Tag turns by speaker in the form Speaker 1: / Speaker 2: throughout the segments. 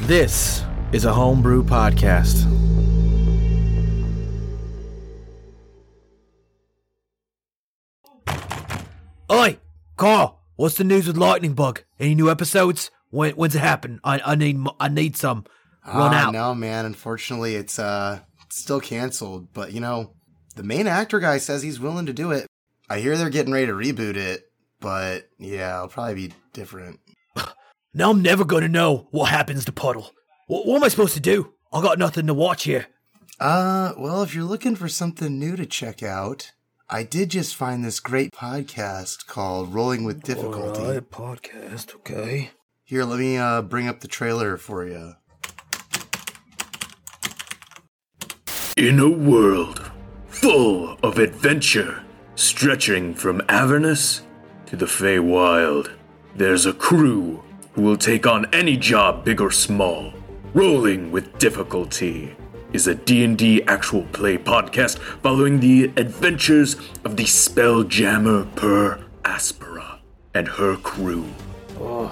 Speaker 1: This is a homebrew podcast. Oi, Carl. What's the news with Lightning Bug? Any new episodes? When, when's it happen? I, I need mo- I need some. Run
Speaker 2: Ah,
Speaker 1: out.
Speaker 2: No, man. Unfortunately, it's uh still canceled. But you know, the main actor guy says he's willing to do it. I hear they're getting ready to reboot it, but yeah, it'll probably be different.
Speaker 1: Now I'm never gonna know what happens to Puddle. What, what am I supposed to do? I got nothing to watch here.
Speaker 2: Uh, well, if you're looking for something new to check out, I did just find this great podcast called Rolling with Difficulty.
Speaker 1: podcast, okay.
Speaker 2: Here, let me uh bring up the trailer for you.
Speaker 3: In a world full of adventure, stretching from Avernus to the Feywild, there's a crew who will take on any job, big or small. Rolling with Difficulty is a D&D actual play podcast following the adventures of the spelljammer Per Aspera and her crew.
Speaker 1: Oh,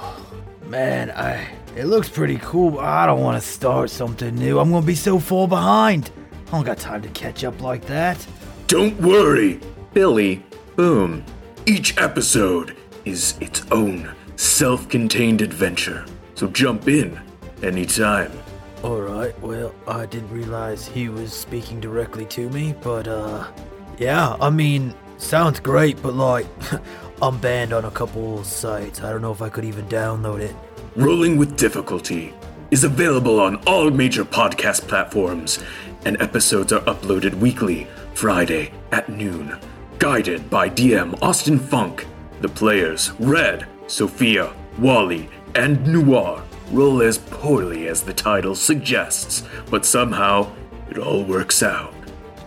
Speaker 1: Man, I it looks pretty cool, but I don't want to start something new. I'm gonna be so far behind. I don't got time to catch up like that.
Speaker 3: Don't worry, Billy. Boom. Each episode is its own self contained adventure, so jump in anytime.
Speaker 1: All right. Well, I didn't realize he was speaking directly to me, but uh yeah, I mean, sounds great, but like I'm banned on a couple sites. I don't know if I could even download it.
Speaker 3: Rolling with Difficulty is available on all major podcast platforms, and episodes are uploaded weekly, Friday at noon. Guided by DM Austin Funk. The players Red, Sophia, Wally, and Noir roll as poorly as the title suggests, but somehow it all works out.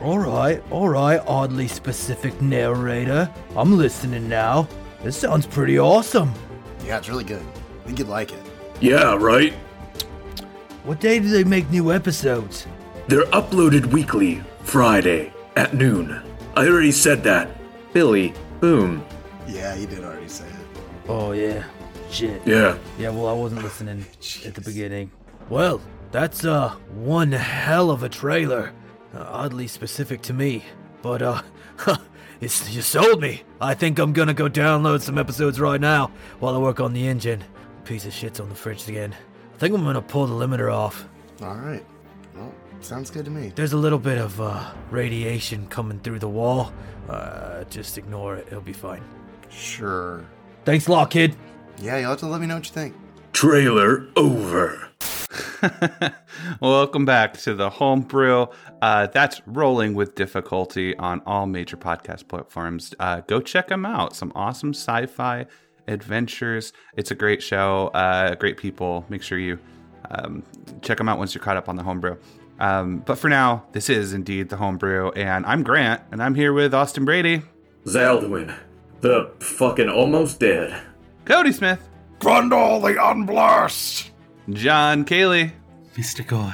Speaker 1: All right. All right, oddly specific narrator. I'm listening now. This sounds pretty awesome.
Speaker 2: Yeah, it's really good. I think you'd like it.
Speaker 3: Yeah, right?
Speaker 1: What day do they make new episodes?
Speaker 3: They're uploaded weekly, Friday at noon. I already said that. Billy, boom.
Speaker 2: Yeah, you did already say it.
Speaker 1: Oh yeah, shit.
Speaker 3: Yeah.
Speaker 1: Yeah, well, I wasn't listening at the beginning. Well, that's uh one hell of a trailer. Uh, oddly specific to me, but uh, it's you sold me. I think I'm gonna go download some episodes right now while I work on the engine. Piece of shit's on the fridge again. I think I'm gonna pull the limiter off.
Speaker 2: All right. Well, sounds good to me.
Speaker 1: There's a little bit of uh, radiation coming through the wall. Uh, just ignore it. It'll be fine.
Speaker 2: Sure.
Speaker 1: Thanks a lot, kid.
Speaker 2: Yeah, you'll have to let me know what you think.
Speaker 3: Trailer over.
Speaker 4: Welcome back to the homebrew. Uh, that's rolling with difficulty on all major podcast platforms. Uh, go check them out. Some awesome sci-fi adventures. It's a great show. Uh, great people. Make sure you um, check them out once you're caught up on the homebrew. Um, but for now, this is indeed the homebrew, and I'm Grant, and I'm here with Austin Brady,
Speaker 3: Zaldwin, the fucking almost dead.
Speaker 4: Cody Smith,
Speaker 3: Grundle the Unblast.
Speaker 4: John Cayley,
Speaker 5: Mr. Goy,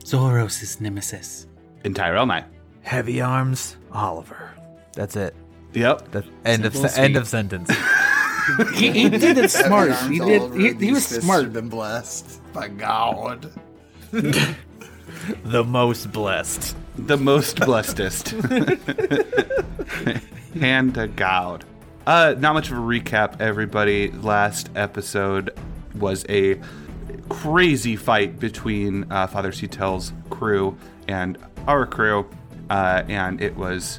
Speaker 5: Zoros' nemesis.
Speaker 4: and Tyrell Nye.
Speaker 1: Heavy arms, Oliver. That's it.
Speaker 4: Yep.
Speaker 6: That end of se- end of sentence.
Speaker 5: He, he did it smart. He did. He, he was
Speaker 2: Have
Speaker 5: smart.
Speaker 2: been blessed by God.
Speaker 6: the most blessed.
Speaker 4: the most blessedest. Hand to God. Uh, not much of a recap, everybody. Last episode was a crazy fight between uh, Father Seatel's crew and our crew, uh, and it was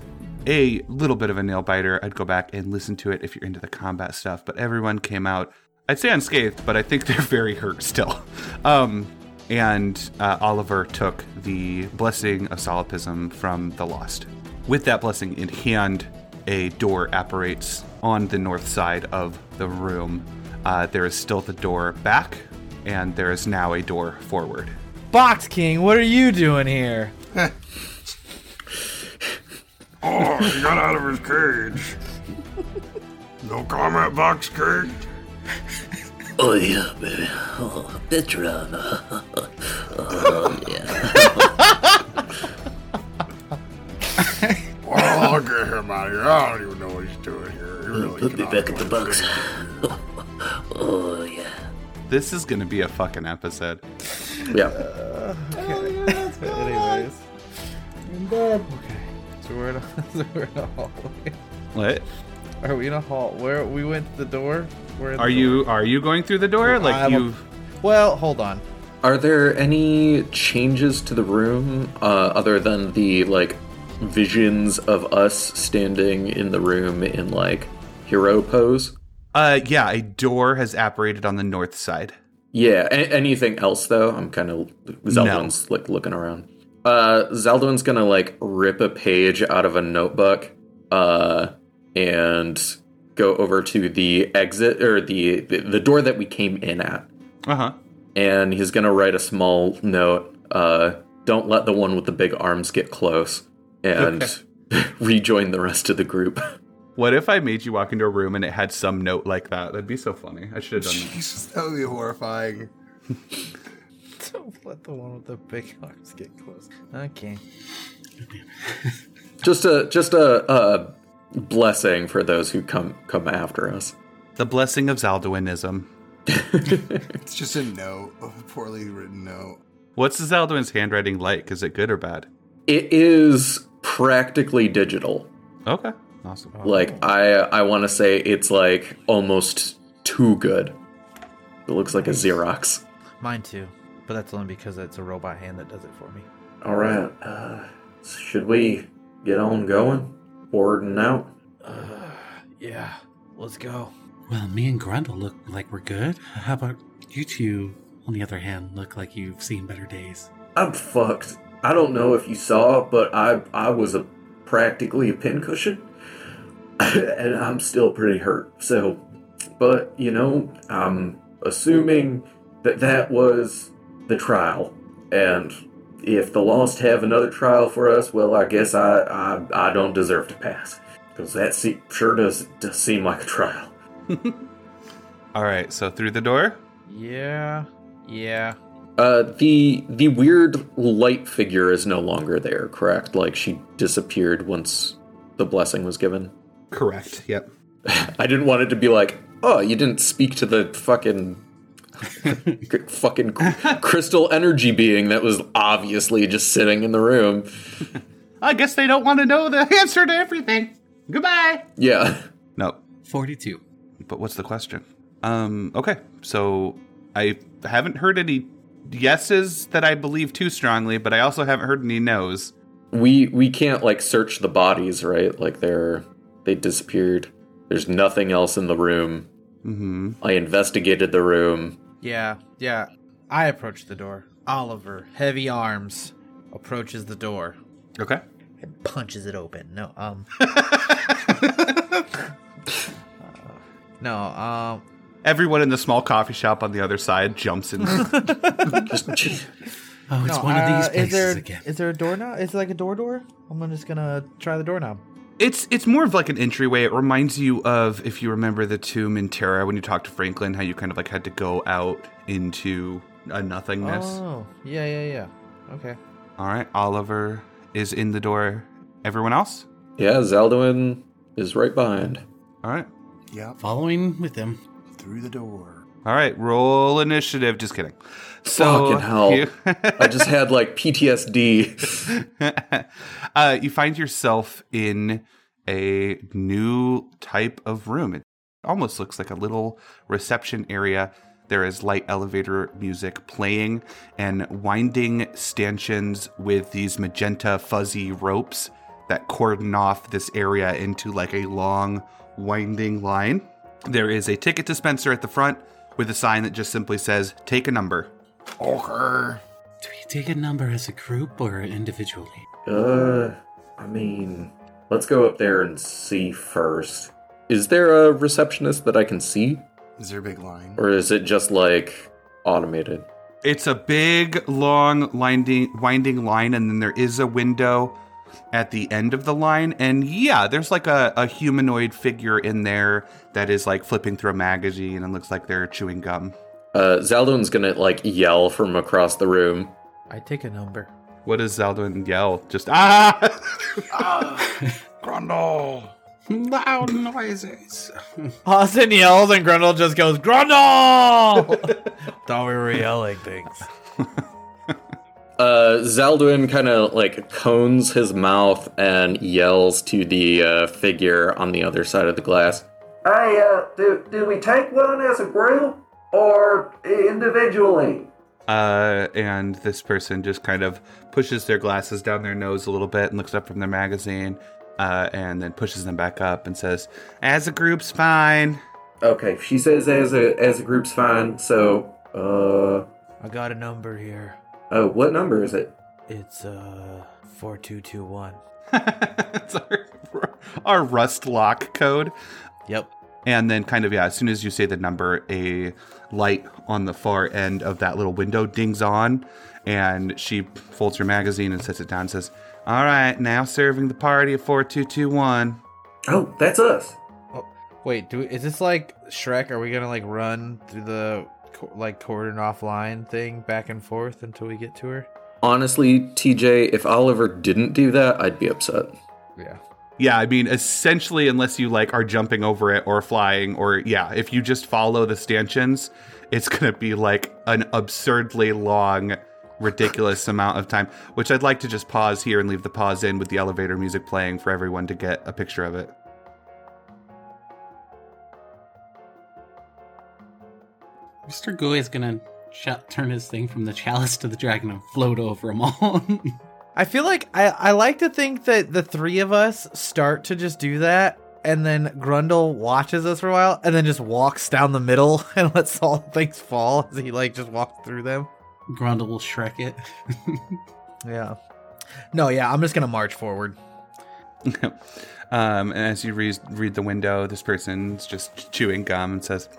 Speaker 4: a little bit of a nail biter. I'd go back and listen to it if you're into the combat stuff, but everyone came out, I'd say unscathed, but I think they're very hurt still. Um, and uh, Oliver took the blessing of solipsism from the lost. With that blessing in hand, a door apparates on the north side of the room. Uh, there is still the door back, and there is now a door forward.
Speaker 6: Box King, what are you doing here?
Speaker 7: Oh, he got out of his cage. No comment, box cage.
Speaker 8: Oh yeah, baby. Oh, that's right.
Speaker 7: Oh, I'll get him out of here. I don't even know what he's doing here. He really
Speaker 8: Put me
Speaker 7: cannot
Speaker 8: back
Speaker 7: do
Speaker 8: at the
Speaker 7: it.
Speaker 8: box. Oh yeah.
Speaker 4: This is going to be a fucking episode. Uh,
Speaker 3: Yeah.
Speaker 6: Anyways. Okay. So we're in a, so we're in a hallway.
Speaker 4: What?
Speaker 6: Are we in a hall? Where we went to the door? We're in
Speaker 4: Are
Speaker 6: the
Speaker 4: you are you going through the door? Like
Speaker 6: I'm a-
Speaker 4: you?
Speaker 6: door. Well, hold on.
Speaker 8: Are there any changes to the room uh, other than the like visions of us standing in the room in like hero pose?
Speaker 4: Uh, yeah. A door has apparated on the north side.
Speaker 8: Yeah. A- anything else though? I'm kind of Zeldwin's like looking around. Uh, Zeldwin's gonna like rip a page out of a notebook, uh, and go over to the exit or the the, the door that we came in at.
Speaker 4: Uh huh.
Speaker 8: and he's gonna write a small note. Uh, don't let the one with the big arms get close, and rejoin the rest of the group.
Speaker 4: What if I made you walk into a room and it had some note like that? That'd be so funny. I should have done that.
Speaker 2: that would be horrifying.
Speaker 6: Don't let the one with the big arms get close. Okay.
Speaker 8: just a just a, a blessing for those who come come after us.
Speaker 4: The blessing of Zaldwinism.
Speaker 2: It's just a note, a poorly written note.
Speaker 4: What's Zaldwin's handwriting like? Is it good or bad?
Speaker 8: It is practically digital.
Speaker 4: Okay. Awesome.
Speaker 8: Like I I want to say it's like almost too good. It looks like a Xerox.
Speaker 6: Mine too. But that's only because it's a robot hand that does it for me.
Speaker 8: All right, uh, should we get on going? Forward and out.
Speaker 1: Uh, Yeah, let's go.
Speaker 5: Well, me and Grundle look like we're good. How about you two, on the other hand, look like you've seen better days?
Speaker 8: I'm fucked. I don't know if you saw, but I I was a practically a pincushion, and I'm still pretty hurt. So, but you know, I'm assuming that that was the trial, and if the lost have another trial for us, well, I guess I I, I don't deserve to pass because that se- sure does does seem like a trial.
Speaker 4: All right. So through the door.
Speaker 6: Yeah. Yeah.
Speaker 8: Uh, the the weird light figure is no longer there, correct? Like she disappeared once the blessing was given.
Speaker 4: Correct. Yep.
Speaker 8: I didn't want it to be like, oh, you didn't speak to the fucking fucking cr- crystal energy being that was obviously just sitting in the room.
Speaker 4: I guess they don't want to know the answer to everything. Goodbye.
Speaker 8: Yeah.
Speaker 4: No.
Speaker 5: 42.
Speaker 4: But what's the question? Um, okay, so I haven't heard any yeses that I believe too strongly, but I also haven't heard any nos.
Speaker 8: We we can't like search the bodies, right? Like they're they disappeared. There's nothing else in the room.
Speaker 4: Mm-hmm.
Speaker 8: I investigated the room.
Speaker 6: Yeah. Yeah. I approach the door. Oliver, heavy arms, approaches the door
Speaker 4: Okay.
Speaker 6: and punches it open. No, um. no, um.
Speaker 4: uh, Everyone in the small coffee shop on the other side jumps in.
Speaker 8: Just
Speaker 5: Oh,
Speaker 6: no,
Speaker 5: it's one of these
Speaker 6: uh,
Speaker 5: places
Speaker 6: is there,
Speaker 5: again.
Speaker 6: Is there a door now? Is it like a door door? I'm gonna- just gonna try the doorknob.
Speaker 4: it's it's more of like an entryway. It reminds you of if you remember the tomb in Terra when you talked to Franklin, how you kind of like had to go out into a nothingness.
Speaker 6: Oh, yeah, yeah, yeah. Okay.
Speaker 4: All right, Oliver is in the door. Everyone else?
Speaker 8: yeah, Zaldwin is right behind.
Speaker 4: All right.
Speaker 2: Yep,
Speaker 5: Following with them.
Speaker 2: through the door.
Speaker 4: All right, roll initiative. Just kidding. So
Speaker 8: Fucking hell.
Speaker 4: You,
Speaker 8: I just had like PTSD.
Speaker 4: uh, you find yourself in a new type of room. It almost looks like a little reception area. There is light elevator music playing and winding stanchions with these magenta fuzzy ropes that cordon off this area into like a long winding line. There is a ticket dispenser at the front with a sign that just simply says, Take a number.
Speaker 2: Okay.
Speaker 5: Do we take a number as a group or individually?
Speaker 8: Uh, I mean, let's go up there and see first. Is there a receptionist that I can see?
Speaker 2: Is there a big line?
Speaker 8: Or is it just like automated?
Speaker 4: It's a big, long, winding, winding line, and then there is a window at the end of the line. And yeah, there's like a, a humanoid figure in there that is like flipping through a magazine and looks like they're chewing gum.
Speaker 8: Uh, Zaldun's gonna like yell from across the room.
Speaker 6: I take a number.
Speaker 4: What does Zeldwin yell? Just ah!
Speaker 7: Grundle. Loud noises.
Speaker 6: Austin yells and Grundle just goes, Grundle! Thought we were yelling things.
Speaker 8: Uh, Zaldwin kind of like cones his mouth and yells to the uh, figure on the other side of the glass.
Speaker 9: Hey, uh, do, do we take one as a group or individually?
Speaker 4: Uh, and this person just kind of pushes their glasses down their nose a little bit and looks up from their magazine, uh, and then pushes them back up and says, "As a group's fine."
Speaker 8: Okay, she says as a as a group's fine. So, uh,
Speaker 1: I got a number here.
Speaker 8: oh, what number is it?
Speaker 1: It's uh 4221.
Speaker 4: it's our, our rust lock code.
Speaker 1: Yep.
Speaker 4: And then, kind of, yeah, as soon as you say the number, a light on the far end of that little window dings on, and she folds her magazine and sets it down and says, All right, now serving the party of 4221.
Speaker 8: Oh, that's us.
Speaker 6: Oh, Wait, do we, is this like Shrek? Are we gonna like run through the co- like cordon offline thing back and forth until we get to her?
Speaker 8: Honestly, TJ, if Oliver didn't do that, I'd be upset.
Speaker 6: Yeah.
Speaker 4: Yeah, I mean, essentially, unless you like are jumping over it or flying, or yeah, if you just follow the stanchions, it's gonna be like an absurdly long, ridiculous amount of time. Which I'd like to just pause here and leave the pause in with the elevator music playing for everyone to get a picture of it.
Speaker 5: Mr. Goy is gonna sh- turn his thing from the chalice to the dragon and float over them all.
Speaker 6: I feel like I, I like to think that the three of us start to just do that, and then Grundle watches us for a while, and then just walks down the middle and lets all things fall as he like just walks through them.
Speaker 5: Grundle will Shrek it.
Speaker 6: Yeah. No, yeah, I'm just gonna march forward.
Speaker 4: Um, and as you read, read the window, this person's just chewing gum and says,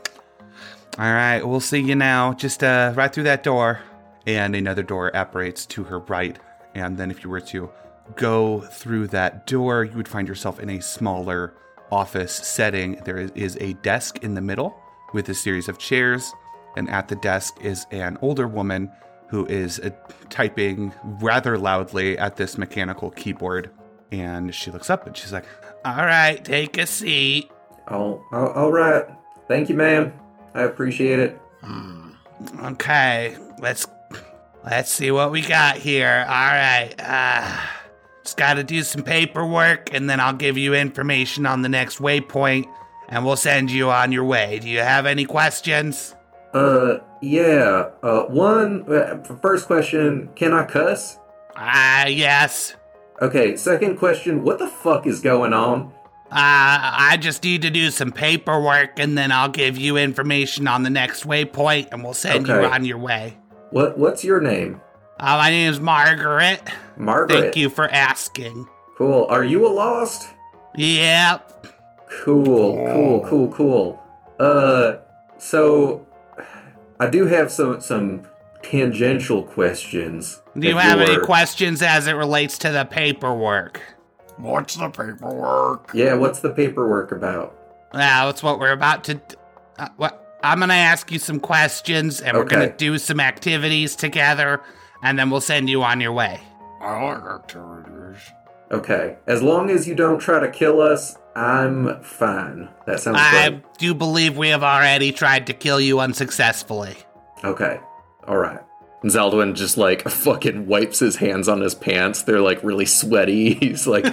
Speaker 4: All right, we'll see you now. Just uh, right through that door. And another door apparates to her right. And then if you were to go through that door, you would find yourself in a smaller office setting. There is- is a desk in the middle with a series of chairs. And at the desk is an older woman who is uh, typing rather loudly at this mechanical keyboard. And she looks up and she's like, All right, take a seat.
Speaker 8: Oh, all, all right. Thank you, ma'am. I appreciate it.
Speaker 4: Okay, let's let's see what we got here. All right, uh, just got to do some paperwork, and then I'll give you information on the next waypoint, and we'll send you on your way. Do you have any questions?
Speaker 8: Uh, yeah. Uh, one uh, first question: Can I cuss?
Speaker 4: Ah, yes.
Speaker 8: Okay. Second question: What the fuck is going on?
Speaker 4: Uh, I just need to do some paperwork, and then I'll give you information on the next waypoint, and we'll send you
Speaker 8: Okay.
Speaker 4: on your way.
Speaker 8: What What's your name?
Speaker 4: Uh, my name is Margaret.
Speaker 8: Margaret.
Speaker 4: Thank you for asking.
Speaker 8: Cool. Are you a lost?
Speaker 4: Yep.
Speaker 8: Cool, cool, cool, cool. Uh, so I do have some some tangential questions.
Speaker 4: Do you
Speaker 8: that
Speaker 4: have any
Speaker 8: your-
Speaker 4: questions as it relates to the paperwork?
Speaker 7: What's the paperwork?
Speaker 8: Yeah, what's the paperwork about?
Speaker 4: Well, that's what we're about to. d- Uh, what, I'm going to ask you some questions, and we're going
Speaker 8: Okay.
Speaker 4: to do some activities together, and then we'll send you on your way.
Speaker 7: I like activities.
Speaker 8: Okay, as long as you don't try to kill us, I'm fine. That sounds
Speaker 4: I
Speaker 8: great.
Speaker 4: do believe we have already tried to kill you unsuccessfully.
Speaker 8: Okay, all right. Zaldwin just like fucking wipes his hands on his pants. They're like really sweaty. He's like,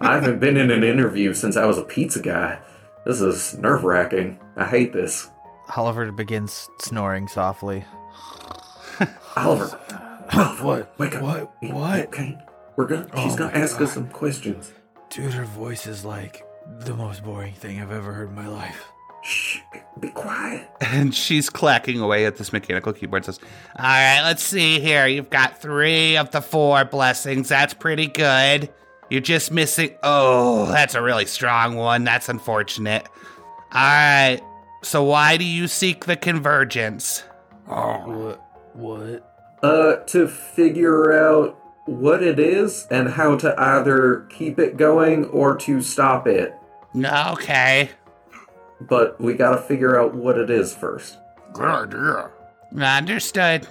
Speaker 8: I haven't been in an interview since I was a pizza guy. This is nerve wracking. I hate this.
Speaker 6: Oliver begins snoring softly.
Speaker 8: Oliver,
Speaker 1: What?
Speaker 8: Wake up.
Speaker 1: What?
Speaker 8: Wait,
Speaker 1: What?
Speaker 8: Okay. We're gonna. She's
Speaker 1: Oh
Speaker 8: gonna
Speaker 1: my
Speaker 8: ask us
Speaker 1: God.
Speaker 8: some questions.
Speaker 1: Dude, her voice is like the most boring thing I've ever heard in my life.
Speaker 8: Shh. Be quiet.
Speaker 4: And she's clacking away at this mechanical keyboard. Says, "All right, let's see here. You've got three of the four blessings. That's pretty good. You're just missing. Oh, that's a really strong one. That's unfortunate. All right. So why do you seek the convergence?
Speaker 7: Oh,
Speaker 1: What? What?
Speaker 8: Uh, to figure out what it is and how to either keep it going or to stop it.
Speaker 4: Okay.
Speaker 8: But we gotta figure out what it is first.
Speaker 7: good idea.
Speaker 4: Understood.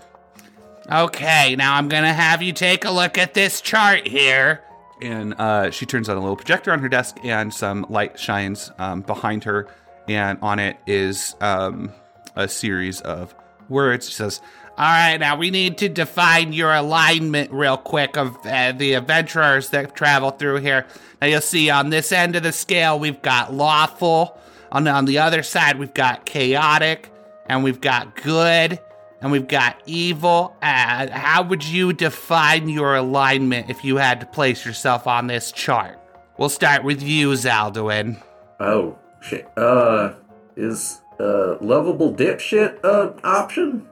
Speaker 4: Okay, now I'm gonna have you take a look at this chart here. And uh, she turns on a little projector on her desk, and some light shines um, behind her, and on it is um, a series of words. She says,
Speaker 10: All right, now we need to define your alignment real quick of uh, the adventurers that travel through here. Now you'll see on this end of the scale we've got lawful, on on the other side we've got chaotic, and we've got good, and we've got evil. Uh, how would you define your alignment if you had to place yourself on this chart? We'll start with you, Zaldwin.
Speaker 8: Oh shit. Uh, is uh lovable dipshit uh option?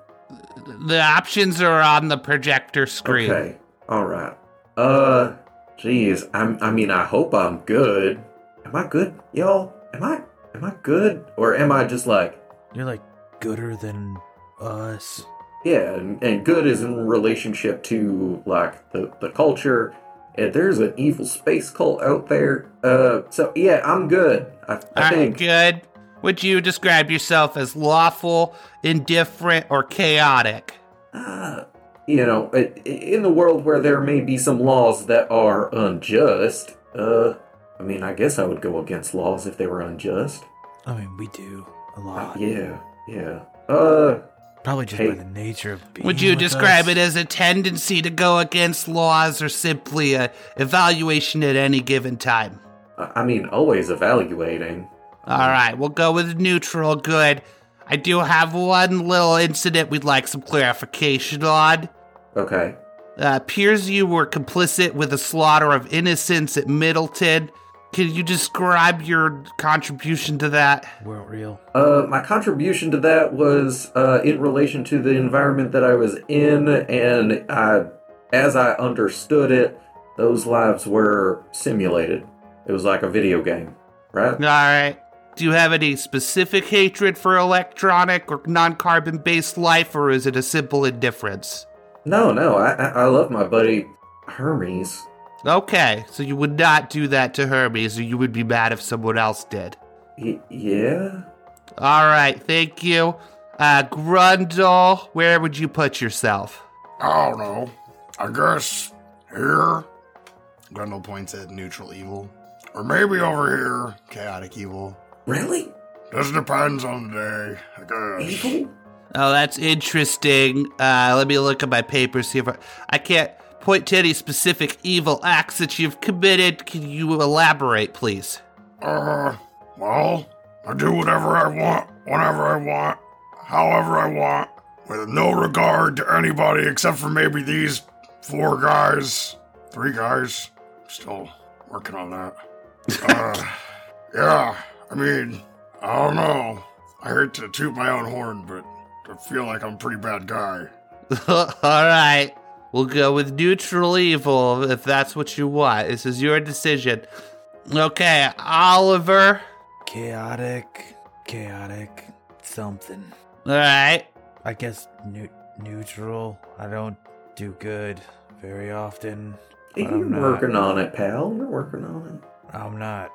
Speaker 10: The options are on the projector screen.
Speaker 8: Okay. All right. Uh, jeez. I'm. I mean, I hope I'm good. Am I good, y'all? Am I? Am I good, or am I just like
Speaker 1: You're like gooder than us.
Speaker 8: yeah? And, and good is in relationship to like the the culture. And there's an evil space cult out there. Uh, so yeah, I'm good. I,
Speaker 10: All
Speaker 8: I
Speaker 10: right,
Speaker 8: think.
Speaker 10: good. Would you describe yourself as lawful, indifferent, or chaotic?
Speaker 8: Uh, you know, i- i- in the world where there may be some laws that are unjust, uh, I mean, I guess I would go against laws if they were unjust.
Speaker 1: I mean, we do a
Speaker 10: Uh,
Speaker 1: lot.
Speaker 8: Oh, Yeah, yeah. Uh,
Speaker 1: Probably just by
Speaker 8: Hey.
Speaker 1: the nature of being.
Speaker 10: Would you
Speaker 1: with
Speaker 10: describe
Speaker 1: us.
Speaker 10: it as a tendency to go against laws or simply a evaluation at any given time?
Speaker 1: Uh,
Speaker 8: I I mean, always evaluating.
Speaker 10: All right, we'll go with neutral good. I do have one little incident we'd like some clarification on.
Speaker 8: Okay.
Speaker 10: Uh, appears you were complicit with the slaughter of innocents at Middleton. Can you describe your contribution to that?
Speaker 1: weren't real?
Speaker 8: Uh, my contribution to that was uh, in relation to the environment that I was in, and I, as I understood it, those lives were simulated. It was like a video game, right?
Speaker 10: All right. Do you have any specific hatred for electronic or non carbon based life, or is it a simple indifference?
Speaker 8: No, no, I, I I love my buddy Hermes.
Speaker 10: Okay, so you would not do that to Hermes, or you would be mad if someone else did.
Speaker 8: Y- yeah,
Speaker 10: All right, thank you. Uh, Grundle, where would you put yourself?
Speaker 7: I don't know. I guess here,
Speaker 2: Grundle points at neutral evil. Or maybe over here, chaotic evil.
Speaker 8: really?
Speaker 7: this depends on the day, I guess.
Speaker 8: Evil?
Speaker 10: Oh, that's interesting. Uh, let me look at my papers see if I, I can't point to any specific evil acts that you've committed. Can you elaborate, please?
Speaker 7: Uh, well, I do whatever I want, whenever I want, however I want, with no regard to anybody except for maybe these four guys, three guys. Still working on that. uh, yeah, I mean, I don't know. I hate to toot my own horn, but I feel like I'm a pretty bad guy.
Speaker 10: All right. We'll go with neutral evil if that's what you want. This is your decision. Okay, Oliver.
Speaker 1: Chaotic, chaotic, something.
Speaker 10: All right.
Speaker 1: I guess neu- neutral. I don't do good very often. but
Speaker 8: You're
Speaker 1: I'm not-
Speaker 8: working on it, pal. You're working on
Speaker 1: I'm not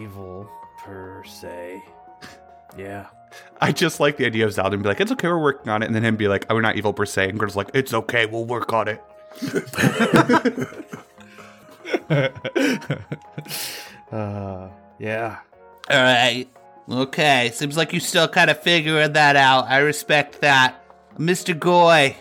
Speaker 1: evil per se. Yeah.
Speaker 4: I just like the idea of Zaldwin be like, it's okay, we're working on it. And then him be like, oh, we're not evil per se. And Grindel's like, it's okay, we'll work on it.
Speaker 1: Uh, yeah.
Speaker 10: All right. Okay. Seems like you still kind of figuring that out. I respect that. Mr. Goy.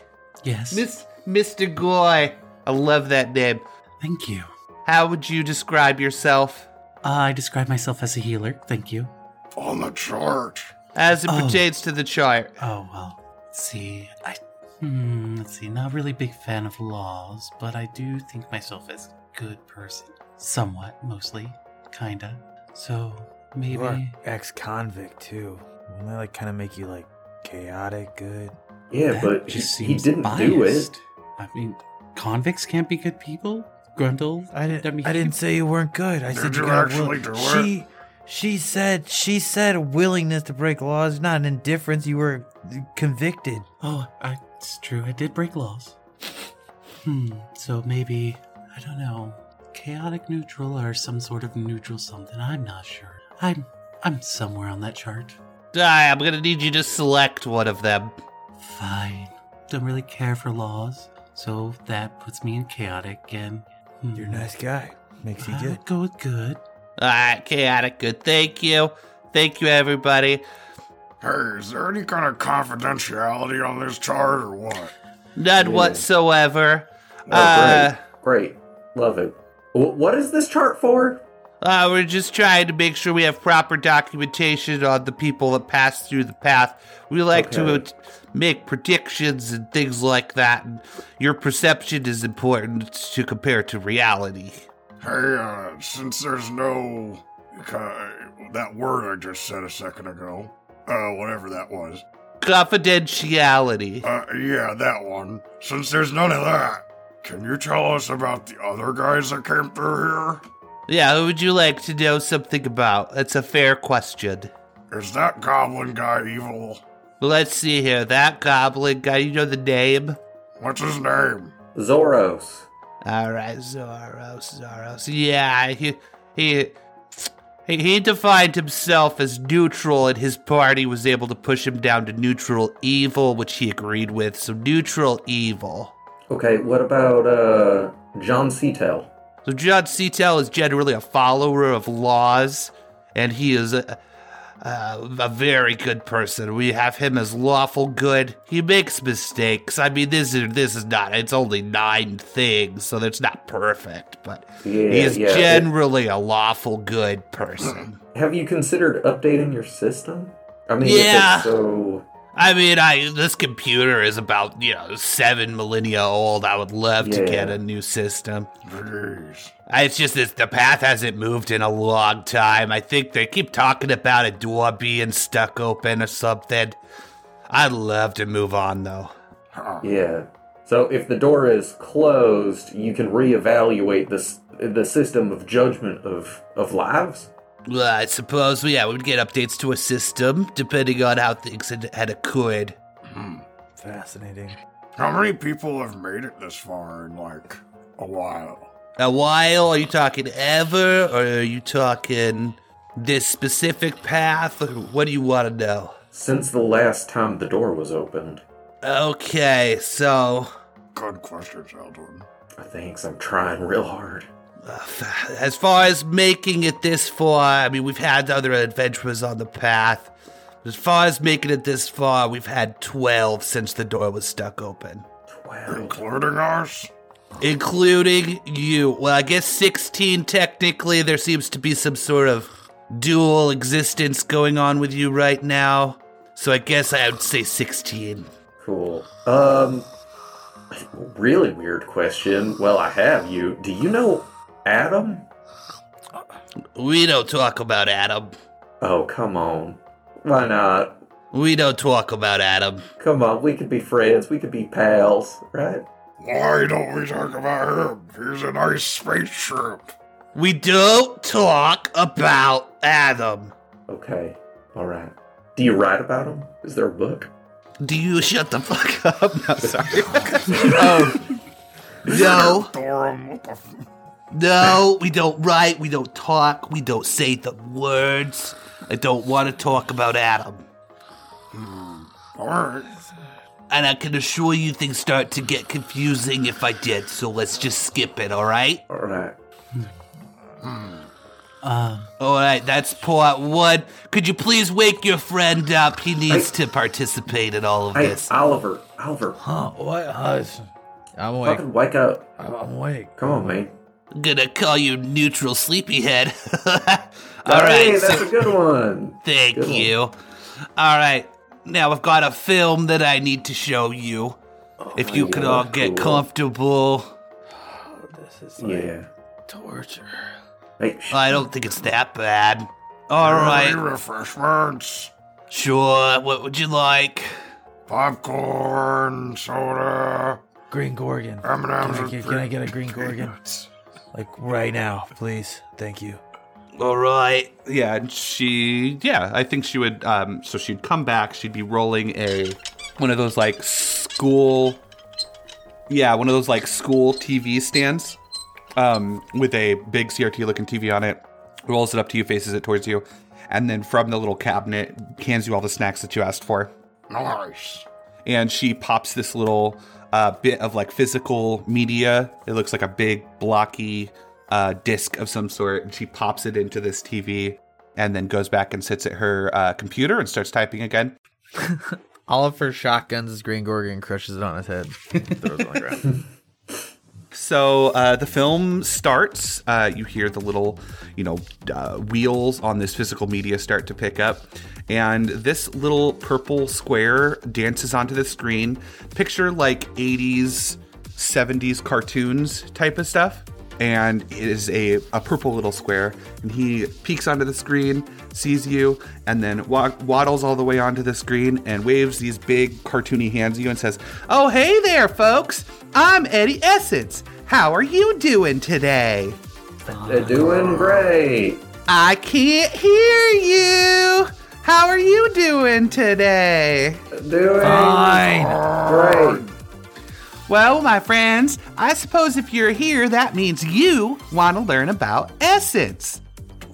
Speaker 5: Yes.
Speaker 10: Miss Mr. Goy. I love that name.
Speaker 5: Thank you.
Speaker 10: How would you describe yourself
Speaker 5: Uh, I describe myself as a healer. Thank you.
Speaker 7: On the chart.
Speaker 10: as it
Speaker 5: Oh.
Speaker 10: pertains to the chart?
Speaker 5: Oh well. Let's see, I hmm, let's see. Not really a big fan of laws, but I do think myself as a good person, somewhat, mostly, kinda. So maybe.
Speaker 1: You are ex-convict too. Wouldn't that like kind of make you like chaotic good?
Speaker 8: it. Yeah,
Speaker 5: That
Speaker 8: but
Speaker 5: just
Speaker 8: he, he
Speaker 5: seems
Speaker 8: didn't do it.
Speaker 5: biased. I mean, convicts can't be good people. Grundle.
Speaker 1: I didn't. I,
Speaker 5: mean,
Speaker 1: didn't say you weren't good. I said
Speaker 7: Did
Speaker 1: you
Speaker 7: you
Speaker 1: got
Speaker 7: actually do
Speaker 1: will-
Speaker 7: it?
Speaker 1: she, she said. She said willingness to break laws, not an indifference. You were convicted.
Speaker 5: Oh, I, it's true. I did break laws. Hmm. So maybe I don't know. Chaotic neutral or some sort of neutral something. I'm not sure. I'm I'm somewhere on that chart.
Speaker 10: All right, I'm going to need you to select one of them.
Speaker 5: Fine. Don't really care for laws, so that puts me in chaotic. And hmm,
Speaker 1: You're a nice guy. Makes you
Speaker 5: I
Speaker 1: good.
Speaker 5: would go with good.
Speaker 10: All right, chaotic good. Thank you. Thank you, everybody.
Speaker 7: Hey, is there any kind of confidentiality on this chart or what?
Speaker 10: None whatsoever.
Speaker 8: Oh,
Speaker 10: uh,
Speaker 8: great. Great. Love it. Wh- What is this chart for?
Speaker 10: uh, we're just trying to make sure we have proper documentation on the people that pass through the path. We like to uh,
Speaker 8: Okay.
Speaker 10: t- make predictions and things like that. And your perception is important to compare to reality.
Speaker 7: Hey, uh, since there's no. uh, that word I just said a second ago, uh, whatever that was.
Speaker 10: Confidentiality.
Speaker 7: Uh, yeah, that one. Since there's none of that, can you tell us about the other guys that came through
Speaker 10: Yeah, who would you like to know something about? That's a fair question.
Speaker 7: here? Is that goblin guy evil?
Speaker 10: Let's see here. That goblin guy, you know the name?
Speaker 7: What's his name?
Speaker 8: Zoros.
Speaker 10: All right, Zoros, Zoros. Yeah, he he he, he defined himself as neutral, and his party was able to push him down to neutral evil, which he agreed with. So neutral evil.
Speaker 8: Okay, what about uh John Seatel?
Speaker 10: So John Seatel is generally a follower of laws, and he is a, a, a very good person. We have him as lawful good. He makes mistakes. I mean, this is this is not. It's only nine things, so that's not perfect. But
Speaker 8: Yeah,
Speaker 10: he is
Speaker 8: yeah.
Speaker 10: generally a lawful good person.
Speaker 8: Have you considered updating your system? I mean, if
Speaker 10: Yeah.
Speaker 8: it's so
Speaker 10: I mean, I this computer is about you know seven millennia old. I would love to
Speaker 8: Yeah.
Speaker 10: get a new system.
Speaker 7: Jeez.
Speaker 10: It's just that the path hasn't moved in a long time. I think they keep talking about a door being stuck open or something. I'd love to move on though.
Speaker 8: yeah. So if the door is closed, you can reevaluate this the system of judgment of of lives.
Speaker 10: Well, I suppose, yeah, we'd get updates to a system depending on how things had, had occurred.
Speaker 6: Fascinating.
Speaker 7: How many people have made it this far in, like, a while?
Speaker 10: A while? Are you talking ever? Or are you talking this specific path? What do you want to know?
Speaker 8: Since the last time the door was opened,
Speaker 10: Okay, so
Speaker 7: Good question, Sheldon.
Speaker 8: thanks. I'm trying real hard.
Speaker 10: As far as making it this far, I mean, we've had other adventurers on the path. As far as making it this far, we've had 12 since the door was stuck open,
Speaker 8: Twelve.
Speaker 7: Including us?
Speaker 10: including you. Well, I guess 16 technically. There seems to be some sort of dual existence going on with you right now. So I guess I would say 16.
Speaker 8: Cool. Um, really weird question. Well, I have you. Do you know Adam?
Speaker 10: We don't talk about Adam.
Speaker 8: Oh, come on. Why not?
Speaker 10: We don't talk about Adam.
Speaker 8: Come on, we could be friends. We could be pals, right?
Speaker 7: Why don't we talk about him? He's a nice spaceship.
Speaker 10: We don't talk about Adam.
Speaker 8: Okay. All right. Do you write about him? Is there a book?
Speaker 10: Do you shut the fuck up? No, sorry. um, no,
Speaker 7: Thorum, what the f-
Speaker 10: no, we don't write, we don't talk, we don't say the words. I don't want to talk about Adam. Hmm,
Speaker 7: Alright.
Speaker 10: And I can assure you things start to get confusing if I did, so let's just skip it, Hmm. alright?
Speaker 8: All right.
Speaker 5: Um,
Speaker 10: Alright, that's part one. Could you please wake your friend up? He needs to participate in all of
Speaker 8: Hey,
Speaker 10: this.
Speaker 8: Oliver. Oliver.
Speaker 1: Huh? What? Uh, I'm awake.
Speaker 8: Fucking wake up.
Speaker 1: I'm I'm awake.
Speaker 8: Come on, man.
Speaker 10: Gonna call you neutral sleepyhead.
Speaker 8: Hey,
Speaker 10: alright, so-
Speaker 8: that's a good one.
Speaker 10: Thank
Speaker 8: Good one.
Speaker 10: you. All right. Now I've got a film that I need to show you.
Speaker 1: Oh,
Speaker 10: if you could all get
Speaker 8: cool.
Speaker 10: comfortable.
Speaker 1: Oh, This is like
Speaker 8: Yeah.
Speaker 1: torture.
Speaker 8: Hey, sh-
Speaker 10: I don't think it's that bad. All
Speaker 7: Any
Speaker 10: right.
Speaker 7: refreshments?
Speaker 10: Sure. What would you like?
Speaker 7: Popcorn, soda,
Speaker 1: Green Gorgon. Can
Speaker 7: M&M's
Speaker 1: I,
Speaker 7: with
Speaker 1: get, can I get a Green Gorgon?
Speaker 7: peanuts.
Speaker 1: Like right now, please. Thank you.
Speaker 10: All right.
Speaker 4: Yeah, and she yeah, I think she would um so she'd come back, she'd be rolling a one of those like school Yeah, one of those like school TV stands. Um with a big CRT looking TV on it. Rolls it up to you, faces it towards you, and then from the little cabinet hands you all the snacks that you asked for
Speaker 7: Nice.
Speaker 4: and she pops this little uh, bit of like physical media. It looks like a big blocky uh, disc of some sort, and she pops it into this TV. and then goes back and sits at her uh, computer and starts typing again.
Speaker 6: All of her shotguns is Green Gorgon and crushes it on his head. Throws it on the ground.
Speaker 4: So uh, the film starts. Uh, you hear the little, you know, uh, wheels on this physical media start to pick up, and this little purple square dances onto the screen. Picture like '80s, '70s cartoons type of stuff, and it is a a purple little square. And he peeks onto the screen, sees you, and then wa- waddles all the way onto the screen and waves these big cartoony hands at you and says, "Oh, hey there, folks! I'm Eddie Essence. How are you doing today?
Speaker 8: They're Uh, doing great.
Speaker 10: I can't hear you. How are you doing today?
Speaker 8: Doing great.
Speaker 10: Well, my friends, I suppose if you're here, that means you want to learn about essence.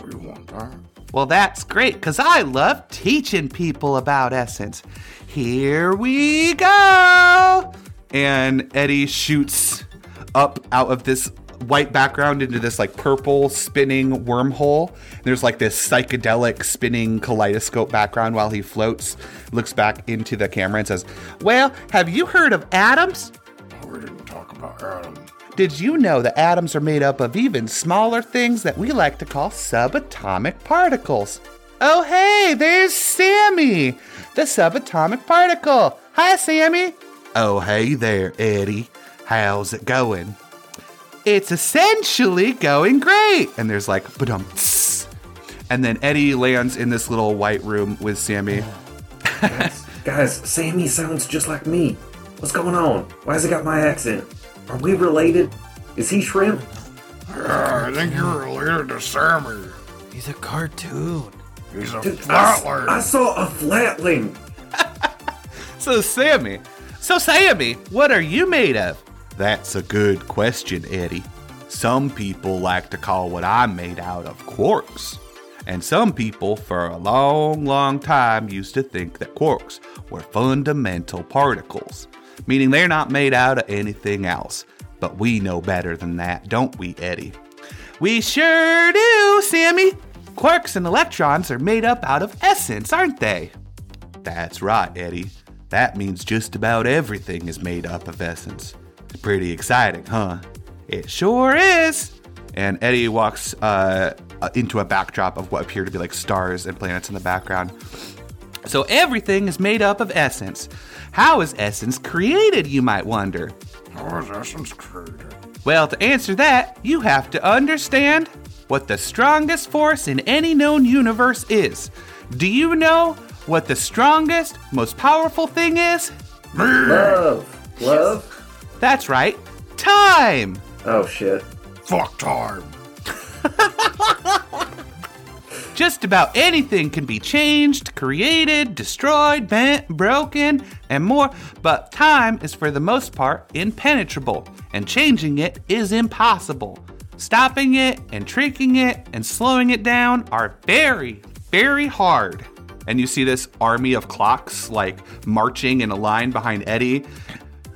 Speaker 7: We want that.
Speaker 10: Well, that's great because I love teaching people about essence. Here we go.
Speaker 4: and Eddie shoots up out of this white background into this like purple spinning wormhole. There's like this psychedelic spinning kaleidoscope background while he floats, looks back into the camera and says,
Speaker 10: Well, have you heard of atoms?
Speaker 7: We didn't talk about Adam.
Speaker 10: Did you know that atoms are made up of even smaller things that we like to call subatomic particles? Oh, hey, there's Sammy, the subatomic particle. Hi, Sammy.
Speaker 4: Oh, hey there, Eddie. How's it going?
Speaker 10: It's essentially going great.
Speaker 4: And there's like, badum. tss. And then Eddie lands in this little white room with Sammy.
Speaker 8: Guys, Sammy sounds just like me. What's going on? Why has he got my accent? Are we related? Is he shrimp?
Speaker 7: Yeah, I think you're related to Sammy.
Speaker 1: He's a cartoon.
Speaker 7: He's a
Speaker 8: Dude, I, s- I
Speaker 7: flatler.
Speaker 8: saw a flatling.
Speaker 4: So, Sammy,
Speaker 10: So, Sammy, what are you made of?
Speaker 4: That's a good question, Eddie. Some people like to call what I'm made out of quarks. And some people, for a long, long time, used to think that quarks were fundamental particles, meaning they're not made out of anything else. But we know better than that, don't we, Eddie?
Speaker 10: We sure do, Sammy. Quarks and electrons are made up out of essence, aren't they?
Speaker 4: That's right, Eddie. That means just about everything is made up of essence. It's pretty exciting, huh? It sure is. And Eddie walks uh, into a backdrop of what appear to be like stars and planets in the background.
Speaker 10: So everything is made up of essence. How is essence created, you might wonder?
Speaker 7: How Oh, is essence created?
Speaker 10: Well, to answer that, you have to understand what the strongest force in any known universe is. Do you know what the strongest, most powerful thing is?
Speaker 8: Love. Love?
Speaker 10: That's right, time!
Speaker 8: Oh, shit.
Speaker 7: Fuck time.
Speaker 10: Just about anything can be changed, created, destroyed, bent, broken, and more, but time is for the most part impenetrable, and changing it is impossible. Stopping it and tricking it and slowing it down are very, very hard.
Speaker 4: And you see this army of clocks like marching in a line behind Eddie.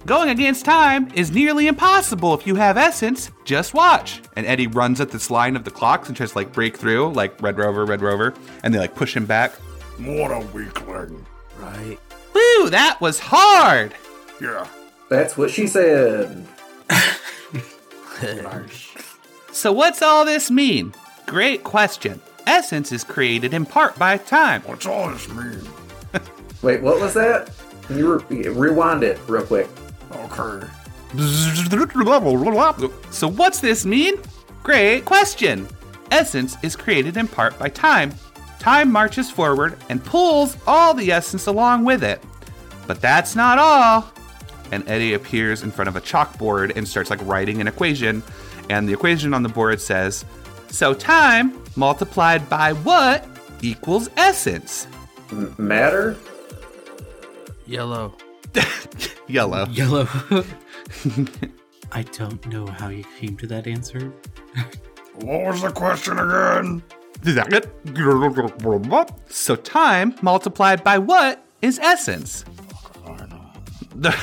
Speaker 10: Going against time is nearly impossible if you have essence. Just watch.
Speaker 4: And Eddie runs at this line of the clocks and tries to like break through, like Red Rover, Red Rover. And they like push him back.
Speaker 7: What a weakling.
Speaker 1: Right.
Speaker 10: Woo, that was hard!
Speaker 7: Yeah.
Speaker 8: That's what she said.
Speaker 10: So, what's all this mean? Great question. Essence is created in part by time.
Speaker 7: What's all this mean?
Speaker 8: Wait, what was that? Can you re- rewind it real quick?
Speaker 7: Okay.
Speaker 10: So, what's this mean? Great question. Essence is created in part by time. Time marches forward and pulls all the essence along with it. But that's not all.
Speaker 4: and Eddie appears in front of a chalkboard and starts like writing an equation. And the equation on the board says,
Speaker 10: So, time multiplied by what equals essence?
Speaker 8: M- matter?
Speaker 1: Yellow.
Speaker 4: yellow.
Speaker 5: Yellow. I don't know how you came to that answer.
Speaker 7: What was the question again?
Speaker 4: So time multiplied by what is essence?
Speaker 10: The,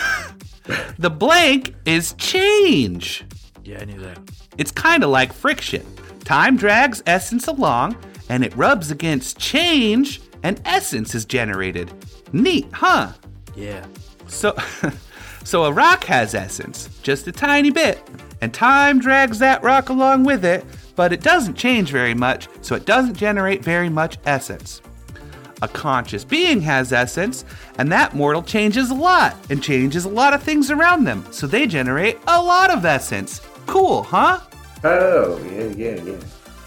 Speaker 10: the blank is change.
Speaker 1: Yeah, I knew that.
Speaker 10: It's kind of like friction. Time drags essence along,
Speaker 4: and it rubs against change, and essence is generated. Neat, huh?
Speaker 1: Yeah.
Speaker 4: So, so a rock has essence, just a tiny bit, and time drags that rock along with it, but it doesn't change very much, so it doesn't generate very much essence. A conscious being has essence, and that mortal changes a lot and changes a lot of things around them, so they generate a lot of essence. Cool, huh?
Speaker 8: Oh, yeah, yeah, yeah.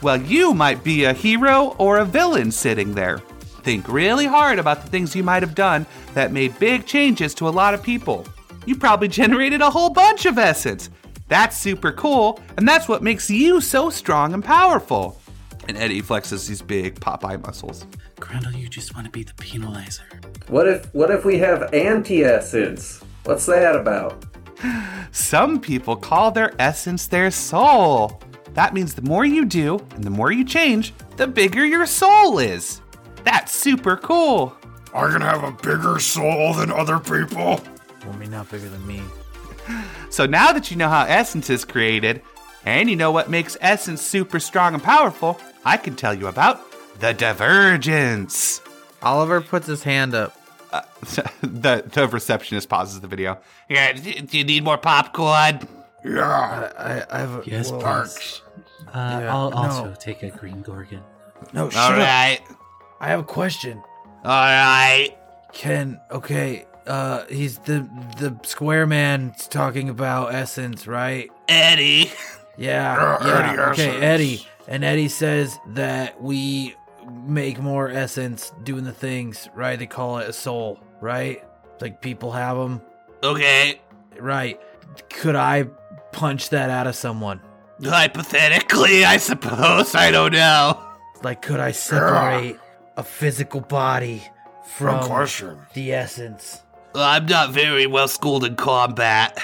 Speaker 4: Well, you might be a hero or a villain sitting there. Think really hard about the things you might have done that made big changes to a lot of people. You probably generated a whole bunch of essence. That's super cool, and that's what makes you so strong and powerful. And Eddie flexes these big Popeye muscles.
Speaker 5: Grundle, you just want to be the penalizer.
Speaker 8: What if what if we have anti essence? What's that about?
Speaker 4: Some people call their essence their soul. That means the more you do and the more you change, the bigger your soul is. That's super cool.
Speaker 7: I can have a bigger soul than other people.
Speaker 1: Well, I mean, not bigger than me.
Speaker 4: So now that you know how essence is created, and you know what makes essence super strong and powerful, I can tell you about the divergence.
Speaker 6: Oliver puts his hand up.
Speaker 4: Uh, the the receptionist pauses the video.
Speaker 10: Yeah, d- do you need more popcorn?
Speaker 7: Yeah.
Speaker 1: I, I have a.
Speaker 5: Yes,
Speaker 1: whoa.
Speaker 5: please. Uh,
Speaker 1: Yeah,
Speaker 5: I'll
Speaker 1: no.
Speaker 5: also take a green gorgon.
Speaker 1: No, shut
Speaker 10: All
Speaker 1: up.
Speaker 10: right,
Speaker 1: I have a question.
Speaker 10: all right.
Speaker 1: Ken, okay, uh, he's the the square man talking about essence, right?
Speaker 10: Eddie,
Speaker 1: Yeah,
Speaker 7: Uh,
Speaker 1: yeah.
Speaker 7: Eddie
Speaker 1: okay,
Speaker 7: Essence.
Speaker 1: Eddie, and Eddie says that we make more essence doing the things, right? They call it a soul, right? Like people have them,
Speaker 10: okay.
Speaker 1: right? Could I punch that out of someone?
Speaker 10: Hypothetically, I suppose. I don't know.
Speaker 1: Like, could I separate a physical body
Speaker 7: No
Speaker 1: from
Speaker 7: question.
Speaker 1: the essence?
Speaker 10: Well, I'm not very well schooled in combat.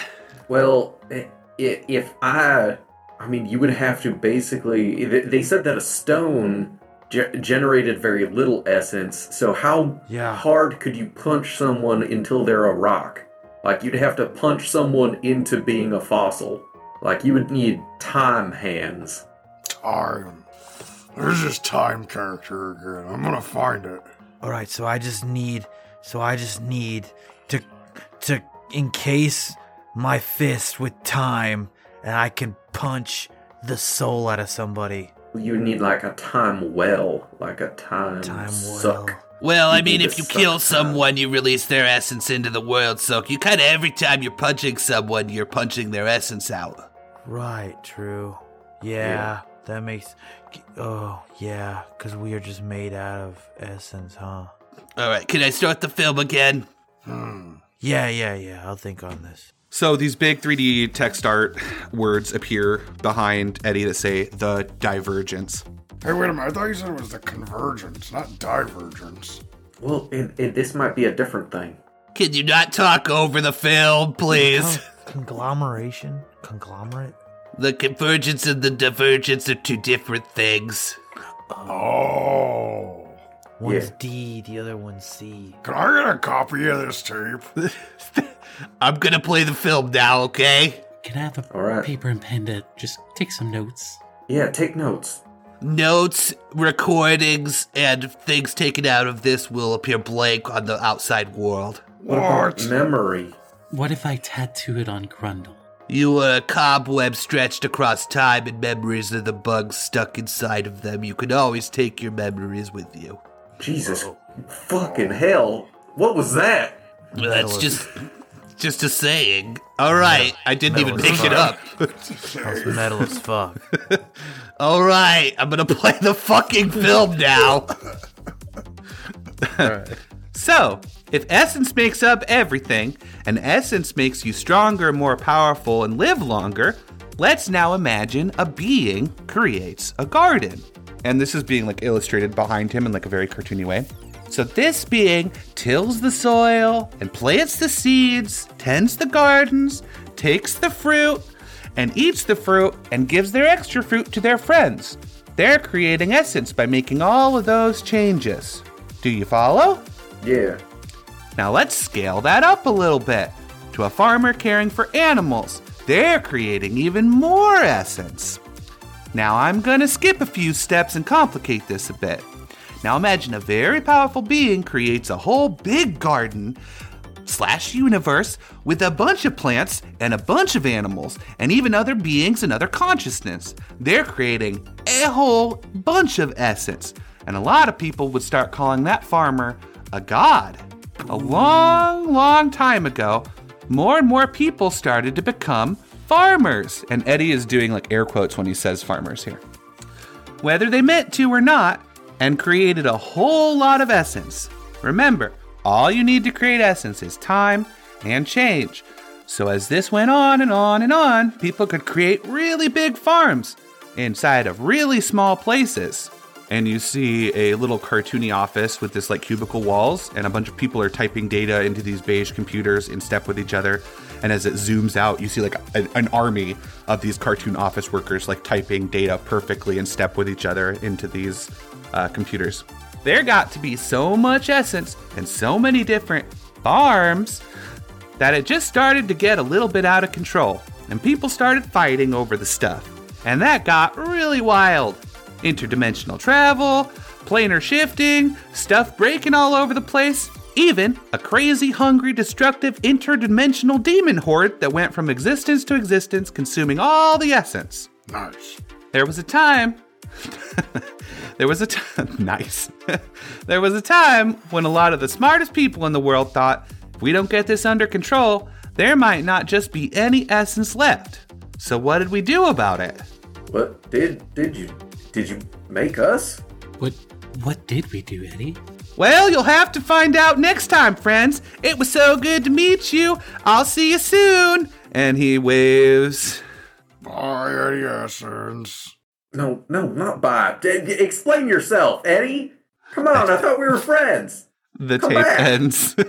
Speaker 8: Well, i- i- if I, I mean, you would have to basically. they- They said that a stone ge- generated very little essence. So how
Speaker 1: Yeah.
Speaker 8: hard could you punch someone until they're a rock? Like you'd have to punch someone into being a fossil. Like you would need time hands.
Speaker 7: Time. There's this time character again. I'm gonna find it.
Speaker 1: All right, so I just need, so I just need to, to encase my fist with time, and I can punch the soul out of somebody.
Speaker 8: You would need like a time well, like a time,
Speaker 1: Time
Speaker 8: suck.
Speaker 1: well.
Speaker 10: Well, I
Speaker 8: You
Speaker 10: mean,
Speaker 8: need
Speaker 10: if
Speaker 8: to
Speaker 10: you kill
Speaker 8: suck time.
Speaker 10: someone, you release their essence into the world. So you kind of every time you're punching someone, you're punching their essence out.
Speaker 1: Right, true. Yeah,
Speaker 8: Yeah.
Speaker 1: that makes. Oh yeah, because we are just made out of essence, huh?
Speaker 10: All right, can I start the film again?
Speaker 7: Hmm.
Speaker 1: Yeah, yeah, yeah. I'll think on this.
Speaker 4: So these big 3D text art words appear behind Eddie that say the divergence.
Speaker 7: Hey, wait a minute. I thought you said it was the convergence, not divergence.
Speaker 8: Well, and, and this might be a different thing.
Speaker 10: Can you not talk over the film, please?
Speaker 1: Oh, conglomeration, conglomerate.
Speaker 10: the convergence and the divergence are two different things.
Speaker 7: Oh.
Speaker 1: One's
Speaker 8: Yeah.
Speaker 1: D, the other one's C.
Speaker 7: Can I get a copy of this tape?
Speaker 10: I'm gonna play the film now, okay?
Speaker 5: Can I have a
Speaker 8: All right.
Speaker 5: paper and pen to just take some notes?
Speaker 8: Yeah, take notes.
Speaker 10: Notes, recordings, and things taken out of this will appear blank on the outside world.
Speaker 8: What about
Speaker 7: What?
Speaker 8: memory?
Speaker 5: What if I tattoo it on Grundle?
Speaker 10: You were a cobweb stretched across time, and memories are the bugs stuck inside of them. You can always take your memories with you.
Speaker 8: Jesus fucking hell. What was that?
Speaker 10: Well, that's just, just a saying. All right, I didn't even make it up.
Speaker 1: That's metal as fuck.
Speaker 10: All right, I'm gonna play the fucking film now.
Speaker 4: So, if essence makes up everything, and essence makes you stronger, more powerful, and live longer, let's now imagine a being creates a garden. And this is being like illustrated behind him in like a very cartoony way. So, this being tills the soil and plants the seeds, tends the gardens, takes the fruit, and eats the fruit and gives their extra fruit to their friends. They're creating essence by making all of those changes. Do you follow?
Speaker 8: Yeah.
Speaker 4: Now let's scale that up a little bit to a farmer caring for animals. They're creating even more essence. Now I'm going to skip a few steps and complicate this a bit. Now imagine a very powerful being creates a whole big garden slash universe with a bunch of plants and a bunch of animals and even other beings and other consciousness. They're creating a whole bunch of essence. And a lot of people would start calling that farmer a god. A long, long time ago, more and more people started to become farmers. And Eddie is doing like air quotes when he says farmers here whether they meant to or not, and created a whole lot of essence. Remember, all you need to create essence is time and change. So, as this went on and on and on, people could create really big farms inside of really small places. And you see a little cartoony office with this like cubicle walls, and a bunch of people are typing data into these beige computers in step with each other. And as it zooms out, you see like an, an army of these cartoon office workers like typing data perfectly in step with each other into these uh, computers. There got to be so much essence and so many different farms that it just started to get a little bit out of control, and people started fighting over the stuff. And that got really wild. Interdimensional travel, planar shifting, stuff breaking all over the place, even a crazy, hungry, destructive interdimensional demon horde that went from existence to existence, consuming all the essence.
Speaker 7: Nice.
Speaker 4: There was a time. there was a time. nice. there was a time when a lot of the smartest people in the world thought if we don't get this under control, there might not just be any essence left. So, what did we do about it?
Speaker 8: What did did you did you make us?
Speaker 5: What what did we do, Eddie?
Speaker 4: Well, you'll have to find out next time, friends. It was so good to meet you. I'll see you soon. And he waves.
Speaker 7: Bye, Eddie Essence.
Speaker 8: No, no, not by. D- d- explain yourself, Eddie. Come on, I thought we were friends.
Speaker 4: The
Speaker 8: Come
Speaker 4: tape
Speaker 8: back.
Speaker 4: ends.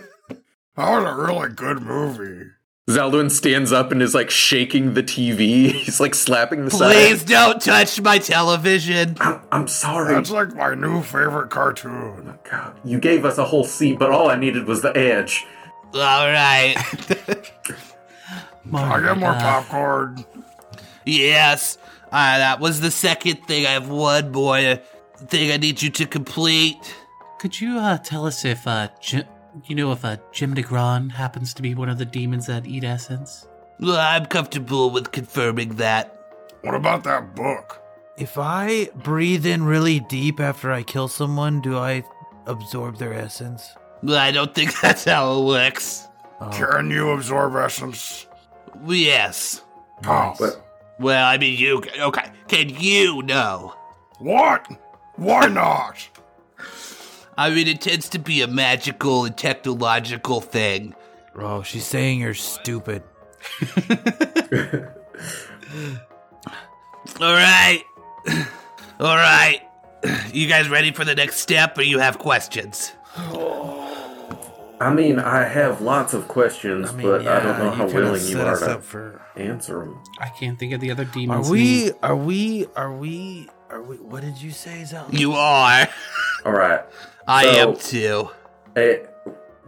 Speaker 7: That was a really good movie.
Speaker 8: Zaldwin stands up and is like shaking the TV. He's like slapping the
Speaker 10: Please don't touch my television.
Speaker 8: I'm, I'm sorry.
Speaker 7: That's like my new favorite cartoon.
Speaker 8: God, you gave us a whole seat, but all I needed was the edge.
Speaker 10: All right.
Speaker 7: I get
Speaker 5: Margaret,
Speaker 7: more
Speaker 5: uh,
Speaker 7: popcorn.
Speaker 10: Yes. Uh, that was the second thing I have one more thing I need you to complete.
Speaker 5: Could you uh, tell us if uh, Jim, you know if uh, Jim DeGron happens to be one of the demons that eat essence?
Speaker 10: Well, I'm comfortable with confirming that.
Speaker 7: What about that book?
Speaker 1: If I breathe in really deep after I kill someone, do I absorb their essence?
Speaker 10: Well, I don't think that's how it works.
Speaker 1: Oh.
Speaker 7: Can you absorb essence?
Speaker 10: Yes.
Speaker 7: Oh.
Speaker 8: But
Speaker 10: Well, I mean, you. Okay. Can you know?
Speaker 7: What? Why not?
Speaker 10: I mean, it tends to be a magical and technological thing.
Speaker 1: Oh, she's saying you're stupid.
Speaker 10: All right. All right. You guys ready for the next step, or you have questions?
Speaker 8: I mean, I have lots of questions, but I don't
Speaker 1: yeah,
Speaker 8: know how
Speaker 1: kinda
Speaker 8: willing you
Speaker 1: set
Speaker 8: are
Speaker 1: us
Speaker 8: to
Speaker 1: up for.
Speaker 8: answer them.
Speaker 5: I can't think of the other
Speaker 1: Are
Speaker 5: demons.
Speaker 1: we? Are we? Are we? Are we? What did you say, Zal?
Speaker 10: You are.
Speaker 8: All right.
Speaker 10: I
Speaker 8: So-
Speaker 10: am too.
Speaker 8: Eh,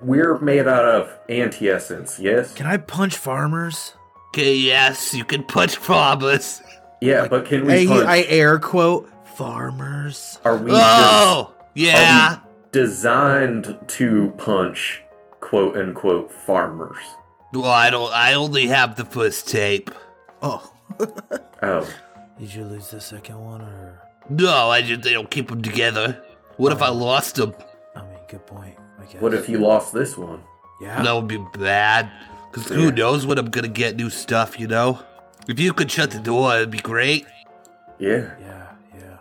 Speaker 8: we're made out of anti essence, yes?
Speaker 1: Can I punch farmers?
Speaker 10: Okay, yes, you can punch farmers.
Speaker 8: yeah, but can we
Speaker 6: I,
Speaker 8: punch?
Speaker 6: I air quote.
Speaker 1: Farmers.
Speaker 8: are we
Speaker 10: Oh, yeah.
Speaker 8: des- designed to punch quote unquote farmers?
Speaker 10: Well, I don't. I only have the first tape.
Speaker 1: Oh,
Speaker 8: Oh,
Speaker 1: did you lose the second one, or?
Speaker 10: No, I just they don't keep them together. What
Speaker 8: Oh.
Speaker 10: if I lost them?
Speaker 1: I mean, good point. I guess.
Speaker 8: what if you lost this one?
Speaker 1: Yeah.
Speaker 10: That would be bad. Cause who knows when I'm gonna get new stuff, you know? If you could shut the door, it'd be great.
Speaker 8: Yeah.
Speaker 1: Yeah. Yeah.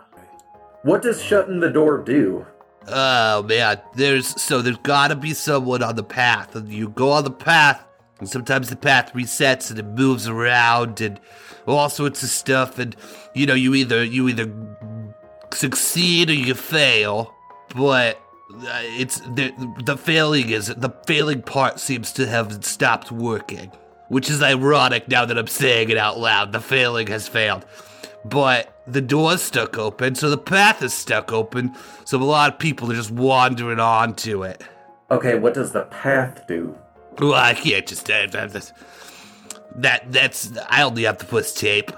Speaker 8: What does shutting the door do?
Speaker 10: Oh man, there's so there's gotta be someone on the path. And you go on the path, and sometimes the path resets and it moves around and all sorts of stuff. And you know, you either you either succeed or you fail. But uh, it's the the failing is the failing part seems to have stopped working, which is ironic now that I'm saying it out loud. The failing has failed but the door's stuck open, so the path is stuck open, so a lot of people are just wandering onto it.
Speaker 8: Okay, what does the path do?
Speaker 10: Well, I can't just uh, that- that's- that. That's I only have the first tape.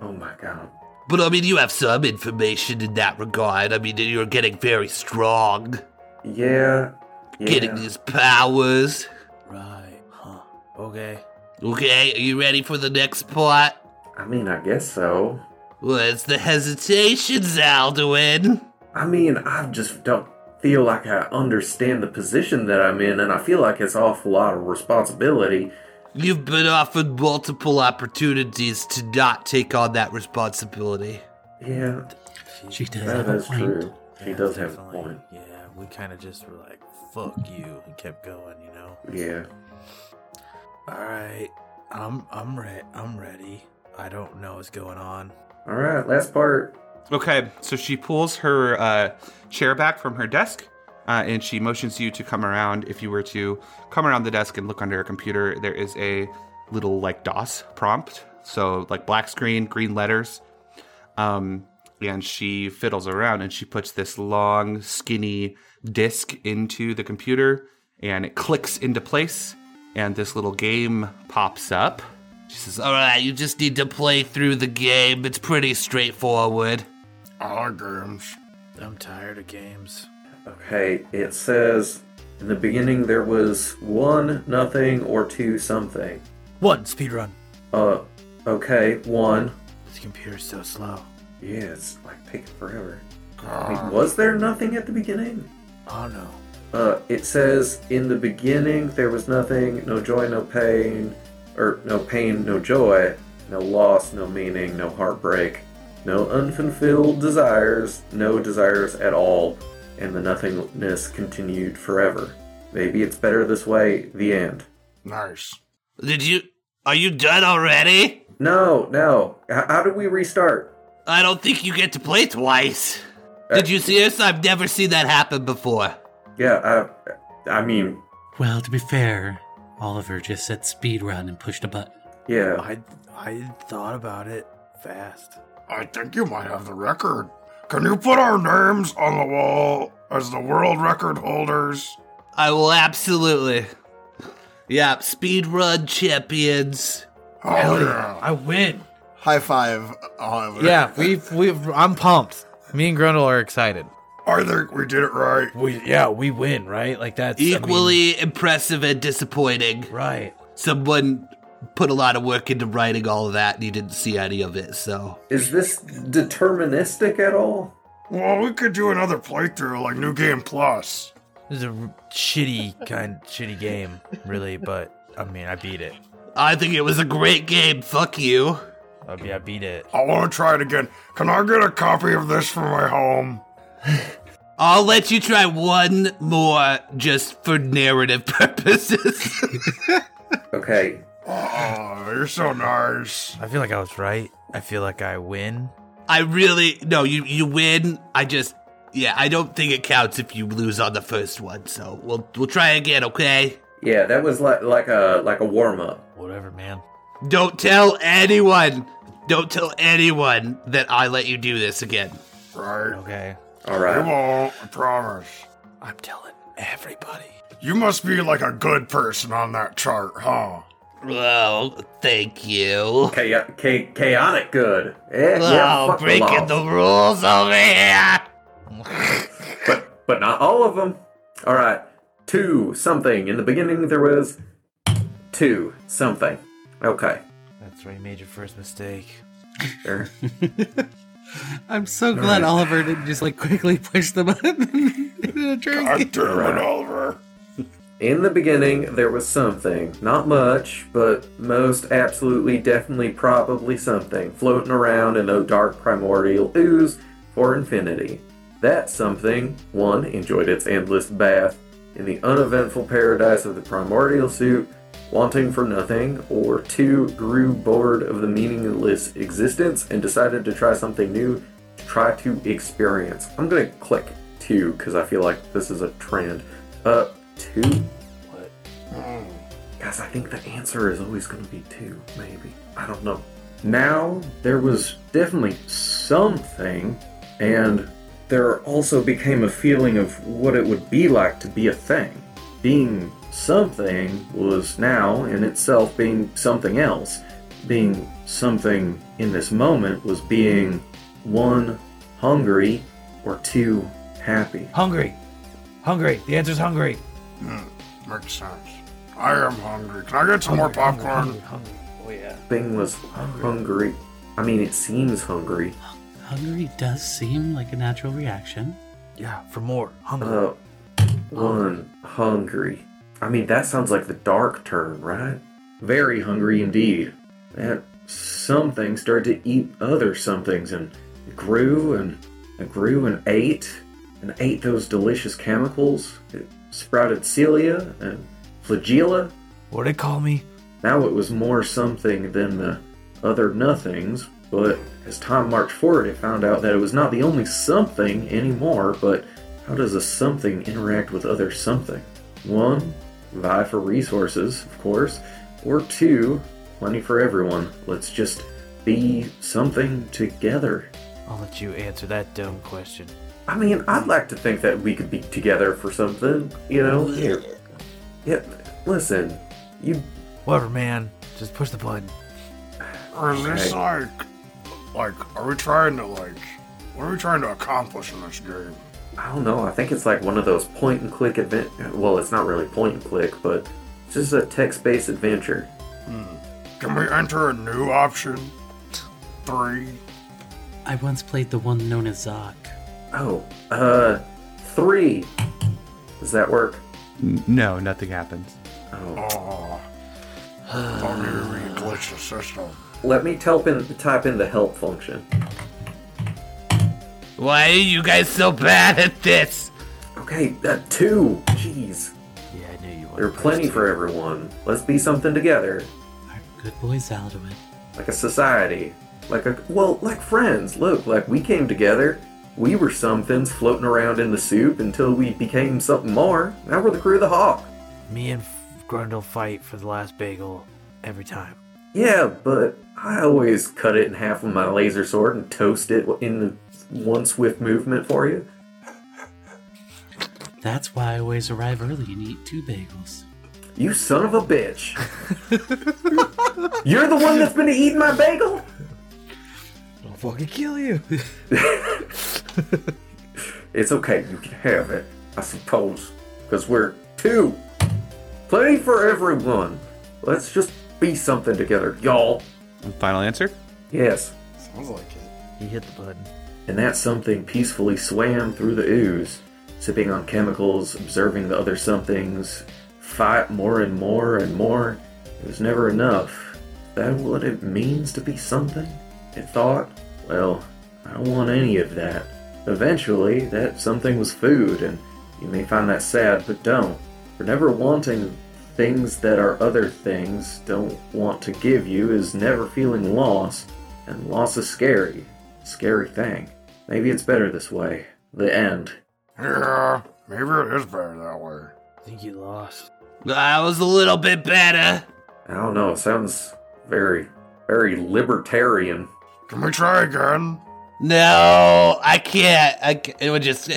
Speaker 8: Oh my god.
Speaker 10: But I mean, you have some information in that regard. I mean, you're getting very strong,
Speaker 8: Yeah. yeah.
Speaker 10: getting these powers.
Speaker 1: Right. Huh. Okay.
Speaker 10: Okay, are you ready for the next part?
Speaker 8: I mean, I guess so.
Speaker 10: Well, it's the hesitations, Alduin.
Speaker 8: I mean, I just don't feel like I understand the position that I'm in, and I feel like it's an awful lot of responsibility.
Speaker 10: You've been offered multiple opportunities to not take on that responsibility.
Speaker 8: Yeah,
Speaker 5: She does
Speaker 8: that
Speaker 5: have a
Speaker 8: is
Speaker 5: point.
Speaker 8: true. He
Speaker 1: Yeah,
Speaker 8: does have a
Speaker 1: definitely.
Speaker 8: point.
Speaker 1: Yeah, we kind of just were like, "Fuck you," and kept going. You know.
Speaker 8: Yeah.
Speaker 1: All right. I'm I'm re- I'm ready. I don't know what's going on.
Speaker 8: All right, last part.
Speaker 4: Okay, so she pulls her uh, chair back from her desk uh, and she motions you to come around. If you were to come around the desk and look under her computer, there is a little like DOS prompt. So, like black screen, green letters. Um, and she fiddles around and she puts this long, skinny disk into the computer and it clicks into place. And this little game pops up.
Speaker 10: She says, Alright, you just need to play through the game. It's pretty straightforward.
Speaker 7: I
Speaker 1: Oh,
Speaker 7: like games.
Speaker 1: I'm tired of games.
Speaker 8: Okay, it says in the beginning there was one nothing or two something.
Speaker 1: One speedrun.
Speaker 8: Uh, okay, one.
Speaker 1: This computer's so slow.
Speaker 8: Yeah, it's like taking forever. I mean, was there nothing at the beginning?
Speaker 1: Oh no.
Speaker 8: Uh, it says in the beginning there was nothing, no joy, no pain, or no pain, no joy, no loss, no meaning, no heartbreak, no unfulfilled desires, no desires at all, and the nothingness continued forever. Maybe it's better this way. The end.
Speaker 7: Nice.
Speaker 10: Did you. Are you done already?
Speaker 8: No, no. H- how do we restart? Uh,
Speaker 10: I don't think you get to play twice. Did you see this? I've never seen that happen before.
Speaker 8: Yeah, I, I mean,
Speaker 5: Well, to be fair, Oliver just said speed run and pushed a button.
Speaker 8: yeah.
Speaker 1: I I thought about it fast.
Speaker 7: I think you might have the record. Can you put our names on the wall as the world record holders?
Speaker 10: I will absolutely. Yeah, speedrun champions.
Speaker 7: Oh, yeah.
Speaker 1: I win.
Speaker 2: High five, Oliver.
Speaker 6: Yeah, we've we've. I'm pumped. Me and Grundle are excited.
Speaker 7: I think we did it right.
Speaker 1: We yeah we win right like that's I mean,
Speaker 10: Equally impressive and disappointing.
Speaker 1: right.
Speaker 10: Someone put a lot of work into writing all of that and you didn't see any of it, so.
Speaker 8: Is this deterministic at all?
Speaker 7: Well, we could do another playthrough like New Game Plus.
Speaker 1: This is a r- shitty kind shitty game really, but I mean I beat it.
Speaker 10: I think it was a great game. Fuck you.
Speaker 1: I, be- I beat it.
Speaker 7: I want to try it again. Can I get a copy of this for my home?
Speaker 10: I'll let you try one more just for narrative purposes.
Speaker 8: Okay,
Speaker 7: Oh, you're so nice.
Speaker 1: I feel like I was right. I feel like I win.
Speaker 10: I really no, you you win. I just yeah, I don't think it counts if you lose on the first one. So we'll we'll try again, okay?
Speaker 8: Yeah, that was like like a like a warm up.
Speaker 1: Whatever, man.
Speaker 10: Don't tell anyone. Don't tell anyone that I let you do this again.
Speaker 7: Right?
Speaker 1: Okay.
Speaker 8: All
Speaker 7: You
Speaker 8: right.
Speaker 7: won't, I promise.
Speaker 1: I'm telling everybody.
Speaker 7: You must be like a good person on that chart, huh?
Speaker 10: Oh, thank you.
Speaker 8: Cha- cha- chaotic good. Eh, yeah,
Speaker 10: Oh,
Speaker 8: fuck the
Speaker 10: breaking
Speaker 8: law.
Speaker 10: the rules over here.
Speaker 8: But but not all of them. All right. Two something. In the beginning there was two something. Okay.
Speaker 1: That's where you made your first mistake.
Speaker 8: There.
Speaker 5: I'm so glad Oliver didn't just like quickly push the button in a drink.
Speaker 7: God damn it, Oliver.
Speaker 8: In the beginning there was something. Not much, but most absolutely definitely probably something floating around in the dark primordial ooze for infinity. That something, one, enjoyed its endless bath in the uneventful paradise of the primordial soup, wanting for nothing, or two, grew bored of the meaningless existence and decided to try something new to try to experience. I'm gonna click two because I feel like this is a trend. Uh, two? What? Guys, I think the answer is always gonna be two, maybe. I don't know. Now, there was definitely something, and there also became a feeling of what it would be like to be a thing. Being something was now in itself being something else. Being something in this moment was being one hungry or two happy?
Speaker 6: Hungry. Hungry. The answer's hungry.
Speaker 7: Makes sense. I am hungry. Can I get some more popcorn?
Speaker 6: Oh, yeah.
Speaker 8: Thing was hungry. I mean, it seems hungry.
Speaker 5: Hungry does seem like a natural reaction.
Speaker 6: Yeah, for more. Hungry.
Speaker 8: Uh, one hungry. I mean, that sounds like the dark turn, right? Very hungry indeed. That something started to eat other somethings and grew and, and grew and ate and ate those delicious chemicals. It sprouted cilia and flagella.
Speaker 1: What'd it call me?
Speaker 8: Now it was more something than the other nothings, but as time marched forward, it found out that it was not the only something anymore, but how does a something interact with other something? One, vie for resources, of course, or two, plenty for everyone. Let's just be something together.
Speaker 1: I'll let you answer that dumb question.
Speaker 8: I mean, I'd like to think that we could be together for something, you know? Yeah. yeah listen, you
Speaker 1: Whatever, man. Just push the button.
Speaker 7: Or is this
Speaker 8: Okay.
Speaker 7: like, like, are we trying to like, what are we trying to accomplish in this game?
Speaker 8: I don't know. I think it's like one of those point and click event. Well, it's not really point and click, but it's just a text based adventure.
Speaker 7: Can we enter a new option? Three.
Speaker 5: I once played the one known as Zog.
Speaker 8: Oh, uh, three. Does that work?
Speaker 4: N- No, nothing happens.
Speaker 8: Oh.
Speaker 7: Oh. Don't need to re-glitch the system.
Speaker 8: Let me type in, type in the help function.
Speaker 10: Why are you guys so bad at this?
Speaker 8: Okay, uh, two. Jeez.
Speaker 1: Yeah, I knew you were.
Speaker 8: There are plenty for everyone. Let's be something together.
Speaker 5: Our good boys out of it.
Speaker 8: Like a society. Like a, well, like friends. Look, like we came together. We were somethings floating around in the soup until we became something more. Now we're the crew of the Hawk.
Speaker 1: Me and F- Grundle fight for the last bagel every time.
Speaker 8: Yeah, but I always cut it in half with my laser sword and toast it in one swift movement for you.
Speaker 5: That's why I always arrive early and eat two bagels.
Speaker 8: You son of a bitch. You're the one that's been eating my bagel?
Speaker 6: I'll fucking kill you.
Speaker 8: It's okay, you can have it, I suppose. Because we're two. Plenty for everyone. Let's just be something together, y'all.
Speaker 4: Final answer?
Speaker 8: Yes.
Speaker 2: Sounds like it.
Speaker 1: He hit the button.
Speaker 8: and that something peacefully swam through the ooze, sipping on chemicals, observing the other somethings, fight more and more and more. It was never enough. That what it means to be something? It thought, well, I don't want any of that. Eventually, that something was food, and you may find that sad, but don't. For never wanting things that are other things don't want to give you is never feeling loss, and loss is scary. Scary thing. Maybe it's better this way. The end.
Speaker 7: Yeah, maybe it is better that way.
Speaker 1: I think you lost.
Speaker 10: I was a little bit better.
Speaker 8: I don't know, it sounds very, very libertarian.
Speaker 7: Can we try again?
Speaker 10: No, I can't. I ca- it would just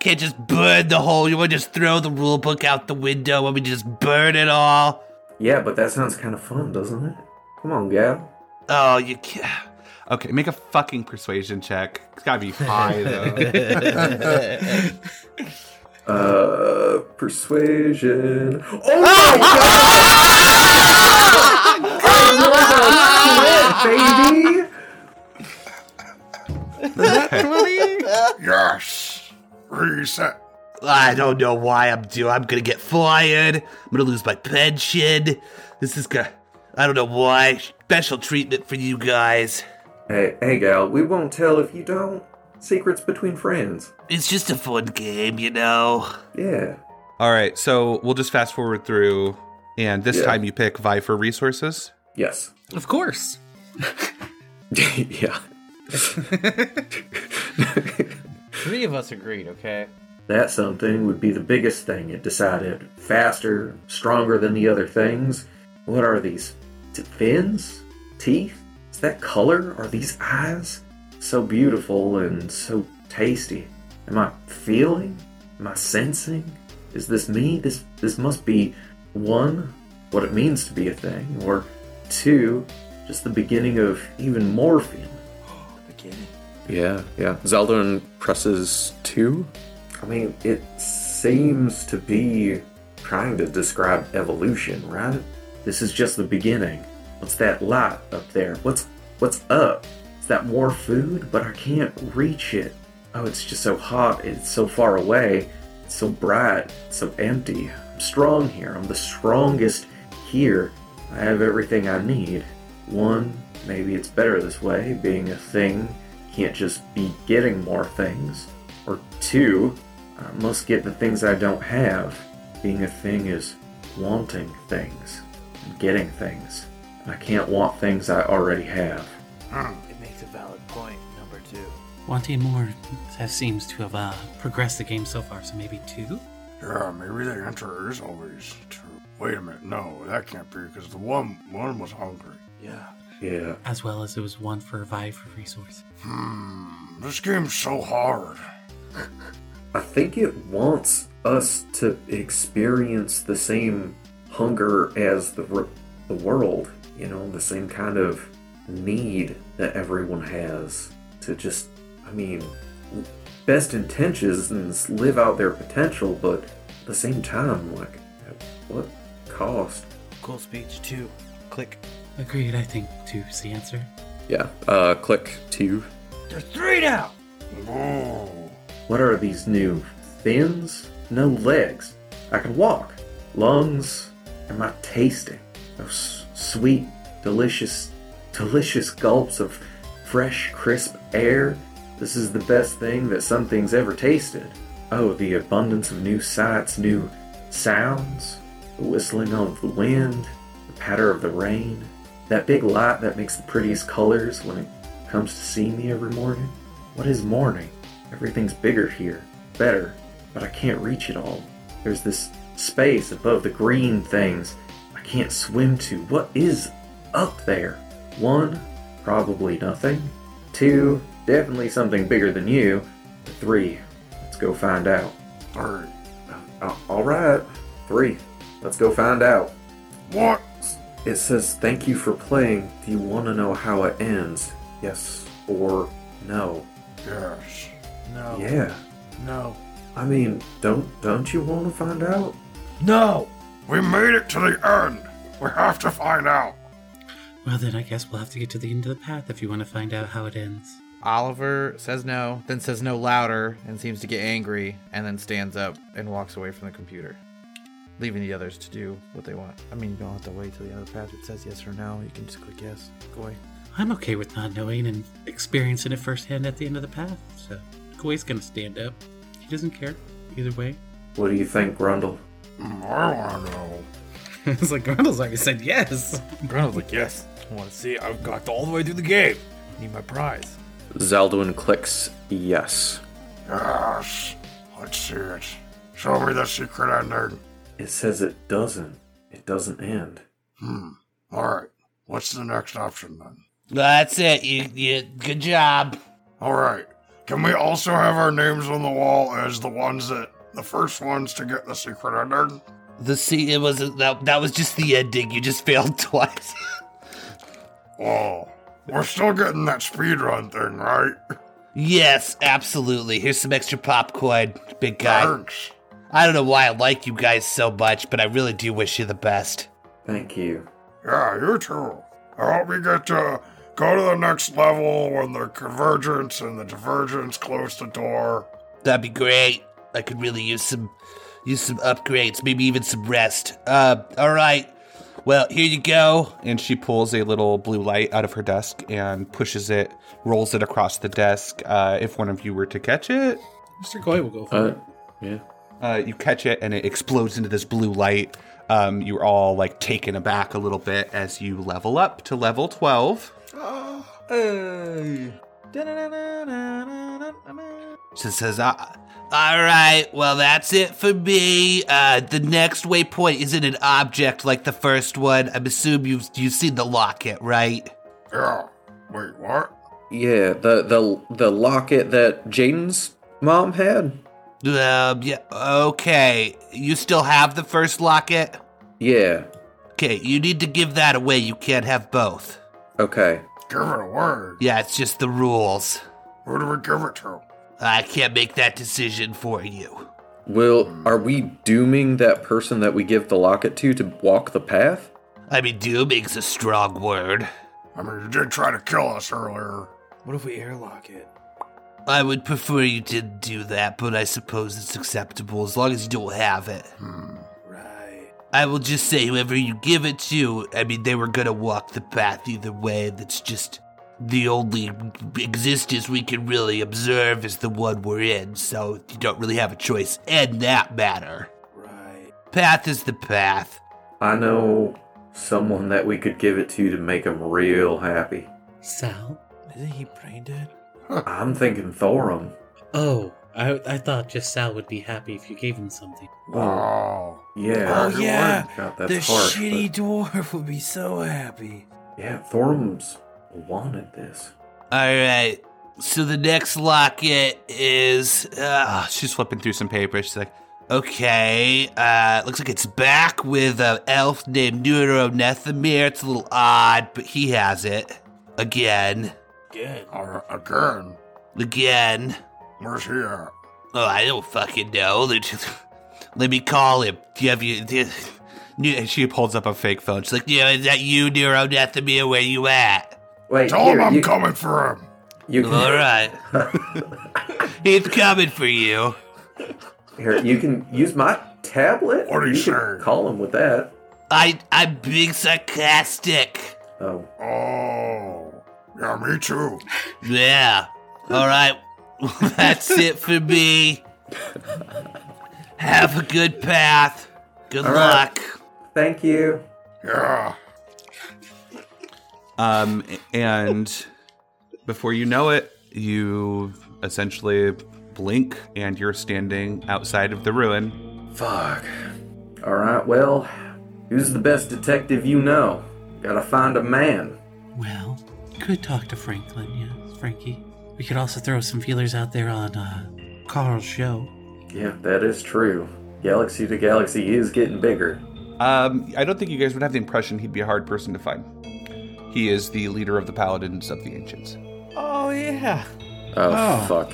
Speaker 10: can't just burn the whole. You would just throw the rule book out the window and we just burn it all.
Speaker 8: Yeah, but that sounds kind of fun, doesn't it? Come on, Gal.
Speaker 10: Oh, you can't.
Speaker 4: Okay, make a fucking persuasion check. It's gotta be high though.
Speaker 8: Uh, persuasion. Oh my god! Baby!
Speaker 7: Yes. Reset.
Speaker 10: I don't know why I'm doing. I'm gonna get fired. I'm gonna lose my pension. This is gonna. I don't know why. Special treatment for you guys.
Speaker 8: Hey, hey, Gal, we won't tell if you don't. Secrets between friends.
Speaker 10: It's just a fun game, you know.
Speaker 8: Yeah.
Speaker 4: All right, so we'll just fast forward through, and this
Speaker 8: Yeah.
Speaker 4: time you pick Vi for resources.
Speaker 8: Yes.
Speaker 11: Of course.
Speaker 8: yeah.
Speaker 6: Three of us agreed, okay?
Speaker 8: That something would be the biggest thing it decided. Faster, stronger than the other things. What are these? T- fins? Teeth? Is that color? Are these eyes? So beautiful and so tasty. Am I feeling? Am I sensing? Is this me? This this must be one, what it means to be a thing, or two, just the beginning of even more feeling. Yeah, yeah. Zeldon presses two. I mean, it seems to be trying to describe evolution, right? This is just the beginning. What's that light up there? What's what's up? Is that more food? But I can't reach it. Oh, it's just so hot. It's so far away. It's so bright. It's so empty. I'm strong here. I'm the strongest here. I have everything I need. One, maybe it's better this way, being a thing can't just be getting more things. Or two, I must get the things I don't have. Being a thing is wanting things, and getting things. I can't want things I already have.
Speaker 5: Hmm.
Speaker 1: It makes a valid point, number two.
Speaker 5: Wanting more has, seems to have uh, progressed the game so far, so maybe two?
Speaker 7: Yeah, maybe the answer is always two. Wait a minute, no, that can't be because the one one was hungry.
Speaker 1: Yeah.
Speaker 8: Yeah.
Speaker 5: As well as it was one for revive for resource.
Speaker 7: Hmm, this game's so hard.
Speaker 8: I think it wants us to experience the same hunger as the r- the world, you know, the same kind of need that everyone has to just, I mean, best intentions and s- live out their potential, but at the same time, like, at what cost?
Speaker 1: Cool speech two. Click.
Speaker 5: Agreed, I think two's the answer.
Speaker 8: Yeah. Uh, click two.
Speaker 1: There's three now.
Speaker 7: Oh,
Speaker 8: What are these new fins? No legs. I can walk. Lungs. Am I tasting? Those sweet, delicious, delicious gulps of fresh, crisp air. This is the best thing that something's ever tasted. Oh, the abundance of new sights, new sounds, the whistling of the wind, the patter of the rain, that big light that makes the prettiest colors when it comes to see me every morning. What is morning? Everything's bigger here, better, but I can't reach it all. There's this space above the green things I can't swim to. What is up there? One, probably nothing. Two, definitely something bigger than you. Three, let's go find out.
Speaker 7: three.
Speaker 8: Uh, all right, three, let's go find out.
Speaker 7: What?
Speaker 8: It says, Thank you for playing. Do you want to know how it ends? Yes or no?
Speaker 7: Yes.
Speaker 1: No.
Speaker 8: Yeah.
Speaker 1: No.
Speaker 8: I mean, don't don't you want to find out?
Speaker 1: No.
Speaker 7: We made it to the end. We have to find out.
Speaker 5: Well, then I guess we'll have to get to the end of the path if you want to find out how it ends.
Speaker 6: Oliver says no, then says no louder, and seems to get angry, and then stands up and walks away from the computer, leaving the others to do what they want. I mean, you don't have to wait till the end of the path. It says yes or no. You can just click yes. Go away.
Speaker 5: I'm okay with not knowing and experiencing it firsthand at the end of the path, so Koi's gonna stand up. He doesn't care either way.
Speaker 8: What do you think, Grundle?
Speaker 7: Hmm, I want to know.
Speaker 5: it's like Grundle's already said yes.
Speaker 1: Grano's like, yes. I want to see. I've got all the way through the game. Need my prize.
Speaker 8: Zeldwin clicks yes.
Speaker 7: Ah. Yes. Let's see it. Show me the secret ending.
Speaker 8: It says it doesn't. It doesn't end.
Speaker 7: Hmm. All right. What's the next option then?
Speaker 10: That's it. You, you, good job.
Speaker 7: All right. Can we also have our names on the wall as the ones that the first ones to get the secret ending?
Speaker 10: The sea. It was that. That was just the ending. You just failed twice.
Speaker 7: Oh, we're still getting that speedrun thing, right?
Speaker 10: yes, absolutely. Here's some extra popcorn, big guy.
Speaker 7: Thanks.
Speaker 10: I don't know why I like you guys so much, but I really do wish you the best.
Speaker 8: Thank you.
Speaker 7: Yeah, you too. I hope we get to go to the next level when the convergence and the divergence close the door.
Speaker 10: That'd be great. I could really use some use some upgrades, maybe even some rest. Uh, all right. Well, here you go.
Speaker 4: And she pulls a little blue light out of her desk and pushes it, rolls it across the desk. Uh, if one of you were to catch it,
Speaker 5: Mr. Koi will go for
Speaker 8: Uh,
Speaker 5: it.
Speaker 8: yeah.
Speaker 4: uh, you catch it and it explodes into this blue light. Um, you're all like taken aback a little bit as you level up to level 12.
Speaker 10: So it says, uh, all right, well, that's it for me. Uh, the next waypoint isn't an object like the first one. I'm assuming you've, you've seen the locket, right?
Speaker 7: Yeah. Wait, what?
Speaker 8: Yeah, the the the locket that Jaden's mom had.
Speaker 10: Um, yeah, okay. You still have the first locket?
Speaker 8: Yeah.
Speaker 10: Okay, you need to give that away. You can't have both.
Speaker 8: Okay.
Speaker 7: Give it a word.
Speaker 10: Yeah, it's just the rules.
Speaker 7: Who do we give it to?
Speaker 10: I can't make that decision for you.
Speaker 8: Will, are we dooming that person that we give the locket to to walk the path?
Speaker 10: I mean, dooming's a strong word.
Speaker 7: I mean, you did try to kill us earlier.
Speaker 1: What if we airlock it?
Speaker 10: I would prefer you didn't do that, but I suppose it's acceptable as long as you don't have it.
Speaker 7: Hmm,
Speaker 1: Right.
Speaker 10: I will just say, whoever you give it to, I mean, they were gonna walk the path either way. That's just the only existence we can really observe is the one we're in, so you don't really have a choice in that matter.
Speaker 1: Right.
Speaker 10: Path is the path.
Speaker 8: I know someone that we could give it to to make him real happy.
Speaker 5: Uh, Sal?
Speaker 1: Isn't he brain dead?
Speaker 8: I'm thinking Thorum.
Speaker 5: Oh, I, I thought just Sal would be happy if you gave him something.
Speaker 7: Oh.
Speaker 8: Yeah.
Speaker 1: Oh, yeah.
Speaker 8: God, that's
Speaker 1: the
Speaker 8: harsh,
Speaker 1: shitty
Speaker 8: but-
Speaker 1: dwarf would be so happy.
Speaker 8: Yeah, Thorum's wanted this.
Speaker 10: All right. So the next locket is. Uh,
Speaker 4: She's flipping through some paper. She's like,
Speaker 10: okay. Uh, looks like it's back with an elf named Neuronethemir. It's a little odd, but he has it. Again.
Speaker 1: Good.
Speaker 7: Uh, again,
Speaker 10: Again.
Speaker 7: where's he at?
Speaker 10: Oh, I don't fucking know. Let, let me call him. Do you have your. Do you-
Speaker 4: "Yeah," she holds up a fake phone.
Speaker 10: She's like, yeah, is that you, Neuronethemir? Where you at?
Speaker 8: Wait,
Speaker 7: Tell him
Speaker 8: here,
Speaker 7: I'm
Speaker 8: you,
Speaker 7: coming for him.
Speaker 8: you can,
Speaker 10: All right. He's coming for you.
Speaker 8: here, you can use my tablet.
Speaker 7: What are you
Speaker 8: can
Speaker 7: saying?
Speaker 8: Call him with that.
Speaker 10: I, I'm being sarcastic.
Speaker 8: Oh,
Speaker 7: Oh. Yeah, me too.
Speaker 10: Yeah. All right. That's it for me. Have a good path. Good
Speaker 8: All right.
Speaker 10: luck.
Speaker 8: thank you.
Speaker 7: Yeah.
Speaker 4: Um, and before you know it, you essentially blink and you're standing outside of the ruin.
Speaker 8: Fuck. All right, well, who's the best detective you know? Gotta find a man.
Speaker 5: Well, could talk to Franklin, yes, Frankie. We could also throw some feelers out there on uh, Carl's show.
Speaker 8: Yeah, that is true. Galaxy to galaxy is getting bigger.
Speaker 4: Um, I don't think you guys would have the impression he'd be a hard person to find. He is the leader of the paladins of the ancients.
Speaker 6: Oh yeah.
Speaker 8: Oh, fuck.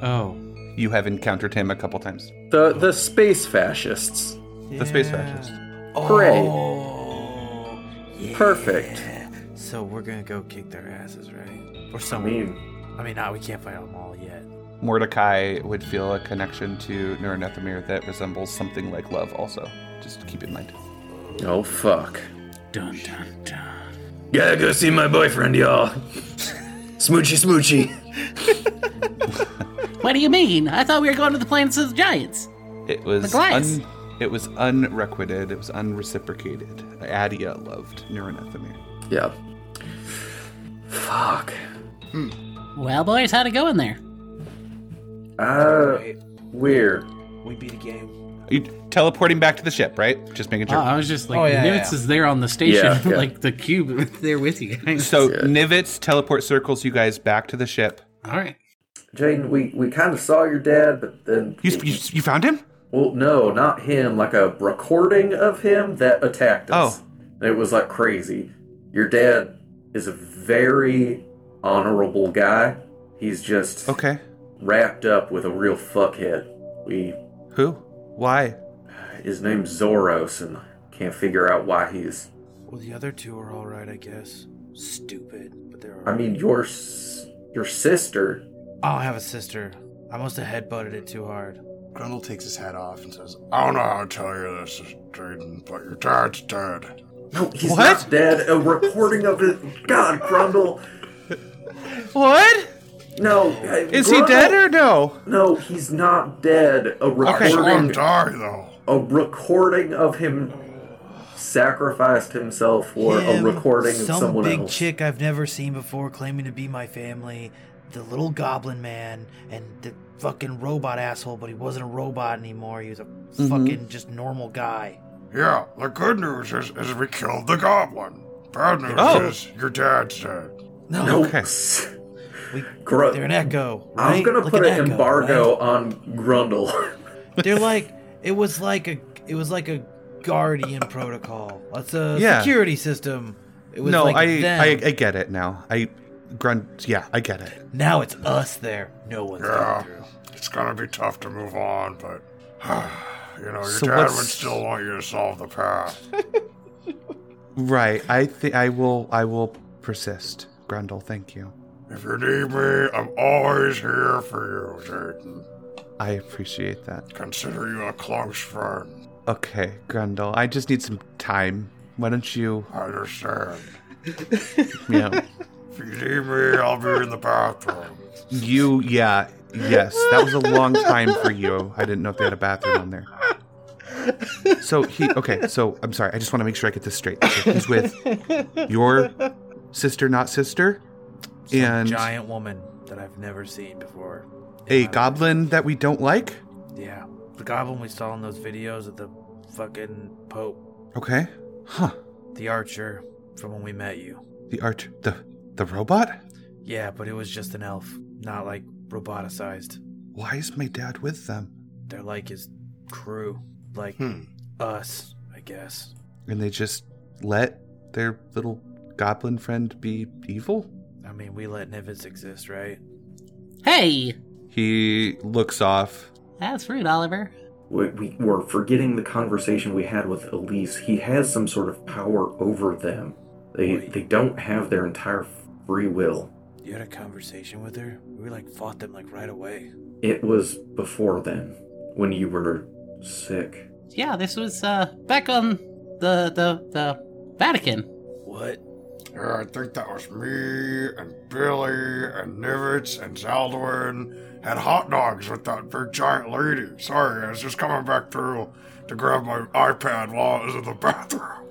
Speaker 5: Ah. Oh.
Speaker 4: You have encountered him a couple times.
Speaker 8: The the space fascists.
Speaker 4: The space fascist.
Speaker 8: Great.
Speaker 1: Oh, yeah.
Speaker 8: Perfect.
Speaker 1: So we're gonna go kick their asses, right? Or
Speaker 8: I
Speaker 1: someone.
Speaker 8: mean,
Speaker 1: I mean, nah, we can't fight them all yet.
Speaker 4: Mordecai would feel a connection to Neuronethemir that resembles something like love, also. Just keep in mind.
Speaker 8: oh fuck.
Speaker 5: Dun dun dun.
Speaker 8: Gotta go see my boyfriend, y'all. smoochy smoochy.
Speaker 11: What do you mean? I thought we were going to the planets of the giants.
Speaker 4: It was
Speaker 11: glass.
Speaker 4: un- it was unrequited, it was unreciprocated. Adia loved Neuronethemir.
Speaker 8: Yeah. Fuck.
Speaker 11: Well, boys, how'd it go in there?
Speaker 8: Uh, weird.
Speaker 1: We beat a game.
Speaker 4: You teleporting back to the ship, right? Just making sure.
Speaker 5: Oh, I was just like,
Speaker 6: Oh, yeah,
Speaker 5: Nivitz
Speaker 6: yeah.
Speaker 5: is there on the station,
Speaker 8: Yeah, yeah.
Speaker 5: like the cube there with you guys.
Speaker 4: so Nivitz teleport circles you guys back to the ship.
Speaker 5: All right.
Speaker 8: Jaden, we, we kind of saw your dad, but then
Speaker 4: You you, you found him?
Speaker 8: well, no, not him. Like a recording of him that attacked us.
Speaker 4: Oh.
Speaker 8: it was like crazy. Your dad is a very honorable guy. He's just
Speaker 4: Okay.
Speaker 8: wrapped up with a real fuckhead. We
Speaker 4: Who? Why?
Speaker 8: his name's Zoros, and I can't figure out why he's.
Speaker 1: Well, the other two are all right, I guess. Stupid, but they're. Oh,
Speaker 8: I mean, your s- your sister.
Speaker 1: I don't have a sister. I must have headbutted it too hard.
Speaker 2: Grundle takes his hat off and says,
Speaker 7: I don't know how to tell you this, Jaden, but your dad's dead.
Speaker 8: No, he's
Speaker 4: What?
Speaker 8: not dead. A recording of it. God, Grundle.
Speaker 4: What?
Speaker 8: No. uh,
Speaker 4: Is he dead or no?
Speaker 8: No, he's not dead. A
Speaker 4: Okay.
Speaker 7: Let him
Speaker 8: recording.
Speaker 7: die, though.
Speaker 8: A recording of him sacrificed himself for a
Speaker 1: Him,
Speaker 8: recording of
Speaker 1: some
Speaker 8: someone
Speaker 1: big
Speaker 8: else.
Speaker 1: chick I've never seen before claiming to be my family, the little goblin man, and the fucking robot asshole. But he wasn't a robot anymore. He was a
Speaker 8: Mm-hmm.
Speaker 1: fucking just normal guy.
Speaker 7: Yeah, the good news is, is we killed the goblin. Bad news
Speaker 4: Oh.
Speaker 7: is your dad's dead.
Speaker 1: No,
Speaker 8: No.
Speaker 4: Okay.
Speaker 1: we,
Speaker 8: Gru-
Speaker 1: they're an echo.
Speaker 8: I'm
Speaker 1: right?
Speaker 8: gonna
Speaker 1: Like
Speaker 8: put an
Speaker 1: echo,
Speaker 8: embargo
Speaker 1: right?
Speaker 8: on Grundle.
Speaker 1: They're like it was like a it was like a guardian protocol. That's a
Speaker 4: Yeah.
Speaker 1: security Uh, system. It was
Speaker 4: no,
Speaker 1: like
Speaker 4: I,
Speaker 1: them.
Speaker 4: I I get it now. I Grund. Yeah, I get it.
Speaker 1: Now it's us there. No one's
Speaker 7: Yeah, it's gonna be tough to move on, but you know your
Speaker 4: So
Speaker 7: dad
Speaker 4: what's-
Speaker 7: would still want you to solve the past.
Speaker 4: Right. I think I will. I will persist, Grundle. Thank you.
Speaker 7: if you need me, I'm always here for you, Jaden.
Speaker 4: I appreciate that.
Speaker 7: Consider you a close friend.
Speaker 4: Okay, Grundle. I just need some time. Why don't you?
Speaker 7: I understand.
Speaker 4: Yeah.
Speaker 7: If you need me, I'll be in the bathroom.
Speaker 4: you. Yeah. Yes. That was a long time for you. I didn't know if they had a bathroom on there. So he. Okay. So I'm sorry. I just want to make sure I get this straight. So he's with your sister, not sister,
Speaker 1: Some
Speaker 4: and
Speaker 1: giant woman that I've never seen before.
Speaker 4: a goblin that we don't like.
Speaker 1: Yeah, the goblin we saw in those videos of the fucking pope,
Speaker 4: Okay. Huh.
Speaker 1: the archer from when we met you.
Speaker 4: The arch. The the robot.
Speaker 1: Yeah, but it was just an elf, not like roboticized.
Speaker 4: Why is my dad with them?
Speaker 1: They're like his crew, like
Speaker 2: Hmm.
Speaker 1: us, I guess.
Speaker 4: And they just let their little goblin friend be evil?
Speaker 1: I mean, we let Nivis exist, right?
Speaker 11: Hey,
Speaker 4: He looks off.
Speaker 11: that's rude, Oliver.
Speaker 8: We, we were forgetting the conversation we had with Elise. He has some sort of power over them. They
Speaker 1: Wait.
Speaker 8: they don't have their entire free will.
Speaker 1: You had a conversation with her. We like fought them like right away.
Speaker 8: It was before then when you were sick.
Speaker 11: Yeah, this was uh, back on the the the Vatican.
Speaker 1: What?
Speaker 7: Yeah, I think that was me and Billy and Nivitz and Zaldwin had hot dogs with that big giant lady. Sorry, I was just coming back through to grab my iPad while I was in the bathroom.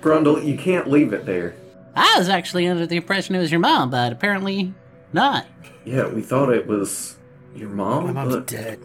Speaker 8: Grundle, you can't leave it there.
Speaker 11: I was actually under the impression it was your mom, but apparently not.
Speaker 8: Yeah, we thought it was your mom.
Speaker 1: My mom's
Speaker 8: but-
Speaker 1: dead.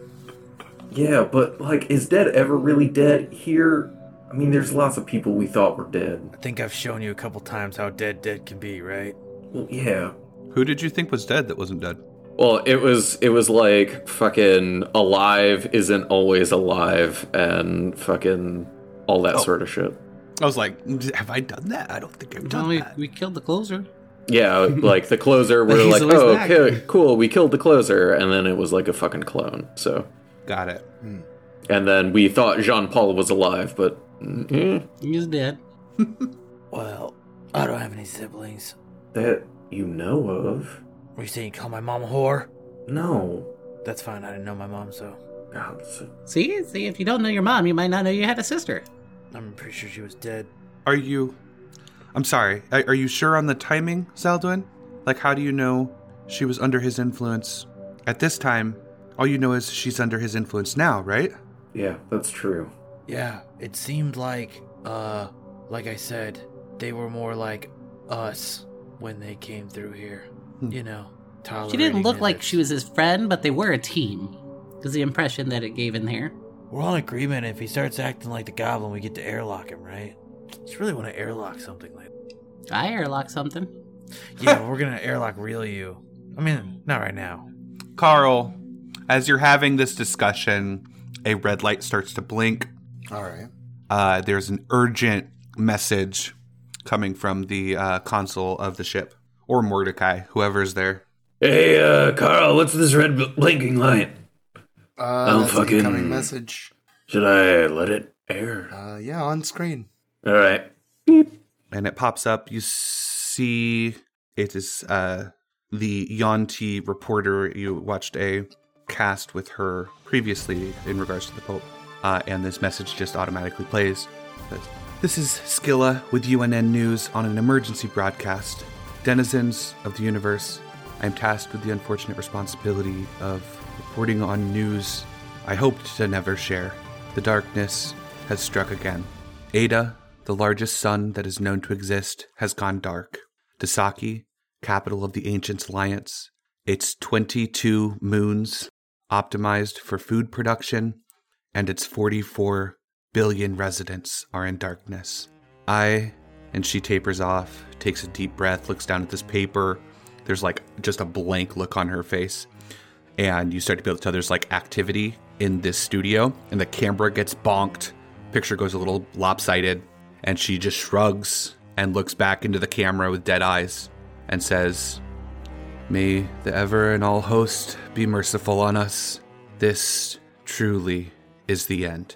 Speaker 8: Yeah, but like, is dead ever really dead here? I mean, there's lots of people we thought were dead.
Speaker 1: I think I've shown you a couple times how dead dead can be, right?
Speaker 8: Well, yeah.
Speaker 4: Who did you think was dead that wasn't dead?
Speaker 12: Well, it was it was like fucking alive isn't always alive and fucking all
Speaker 4: Oh.
Speaker 12: that sort of shit.
Speaker 4: I was like, have I done that? I don't think I've
Speaker 11: Well,
Speaker 4: done
Speaker 11: we,
Speaker 4: that.
Speaker 11: we killed the closer.
Speaker 12: Yeah, like the closer we're
Speaker 4: He's
Speaker 12: like,
Speaker 4: always
Speaker 12: "Oh,
Speaker 4: back."
Speaker 12: okay, cool, we killed the closer." And then it was like a fucking clone. So,
Speaker 4: Got it. Hmm.
Speaker 12: and then we thought Jean-Paul was alive, but mm,
Speaker 11: He was dead.
Speaker 1: Well, I don't have any siblings.
Speaker 8: That you know of?
Speaker 1: Were you saying you call my mom a whore?
Speaker 8: No.
Speaker 1: That's fine. I didn't know my mom, so
Speaker 8: God, so-
Speaker 11: See, see, if you don't know your mom, you might not know you had a sister.
Speaker 1: I'm pretty sure she was dead.
Speaker 4: Are you. I'm sorry. Are, are you sure on the timing, Zaldwin? Like, how do you know she was under his influence at this time? All you know is she's under his influence now, right?
Speaker 8: yeah, that's true.
Speaker 1: Yeah, it seemed like, uh, like I said, they were more like us when they came through here.
Speaker 4: Hmm.
Speaker 1: You know, tolerating
Speaker 11: She didn't look
Speaker 1: it.
Speaker 11: like she was his friend, but they were a team. Is the impression that it gave in there.
Speaker 1: We're on agreement. If he starts acting like the goblin, we get to airlock him, right? Just really want to airlock something like.
Speaker 11: I airlocked something.
Speaker 1: Yeah, we're gonna airlock real you. I mean, not right now.
Speaker 4: Carl, as you're having this discussion, a red light starts to blink.
Speaker 2: All right.
Speaker 4: Uh, there's an urgent message coming from the uh, consul of the ship or Mordecai, whoever's there.
Speaker 8: Hey, uh, Carl, what's this red bl- blinking light?
Speaker 2: Uh,
Speaker 8: Oh,
Speaker 2: that's an incoming
Speaker 8: fucking-
Speaker 2: message.
Speaker 8: Should I let it air?
Speaker 2: Uh, yeah, on screen.
Speaker 8: All right.
Speaker 4: and it pops up. You see, it is uh, the Yonti reporter. You watched a cast with her previously in regards to the Pope, uh, and this message just automatically plays. It says, This is Skilla with UNN News on an emergency broadcast. Denizens of the universe, I am tasked with the unfortunate responsibility of reporting on news I hoped to never share. The darkness has struck again. Ada, the largest sun that is known to exist, has gone dark. Dasaki, capital of the Ancients Alliance, its 22 moons optimized for food production, and its 44 billion residents are in darkness. I, and she tapers off, takes a deep breath, looks down at this paper. There's like just a blank look on her face and you start to be able to tell there's like activity in this studio, and the camera gets bonked, picture goes a little lopsided, And she just shrugs and looks back into the camera with dead eyes and says, May the ever and all host be merciful on us. This truly is the end.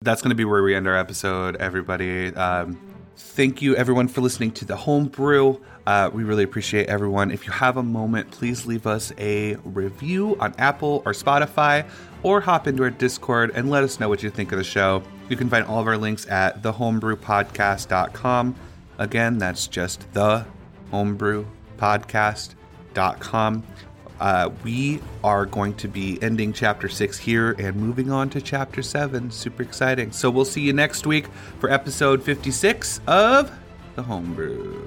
Speaker 4: That's going to be where we end our episode, everybody. Um, thank you, everyone, for listening to the home brew. Uh, we really appreciate everyone. If you have a moment, please leave us a review on Apple or Spotify, or hop into our Discord and let us know what you think of the show. You can find all of our links at thehomebrewpodcast.com. Again, that's just the homebrewpodcast.com. Uh, we are going to be ending chapter six here and moving on to chapter seven. Super exciting. So we'll see you next week for episode 56 of The Homebrew.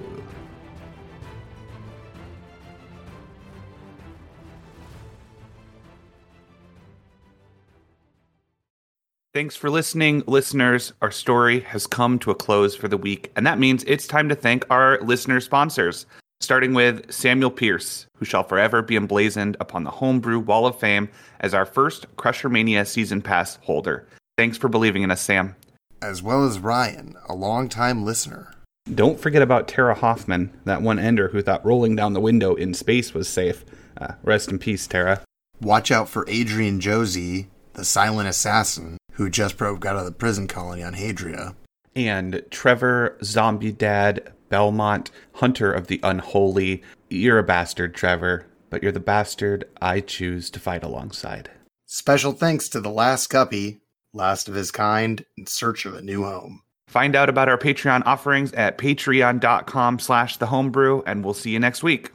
Speaker 4: Thanks for listening, listeners. Our story has come to a close for the week, and that means it's time to thank our listener sponsors, starting with Samuel Pierce, who shall forever be emblazoned upon the Homebrew Wall of Fame as our first Crushermania season pass holder. Thanks for believing in us, Sam.
Speaker 2: As well as Ryan, a longtime listener.
Speaker 4: Don't forget about Tara Hoffman, that one ender who thought rolling down the window in space was safe. Uh, rest in peace, Tara.
Speaker 2: Watch out for Adrian Josie, the silent assassin who just broke out of the prison colony on Hadria.
Speaker 4: and Trevor, Zombie Dad, Belmont, Hunter of the Unholy. You're a bastard, Trevor, but you're the bastard I choose to fight alongside.
Speaker 2: Special thanks to the last guppy, last of his kind, in search of a new home.
Speaker 4: Find out about our Patreon offerings at patreon.com slash the homebrew, and we'll see you next week.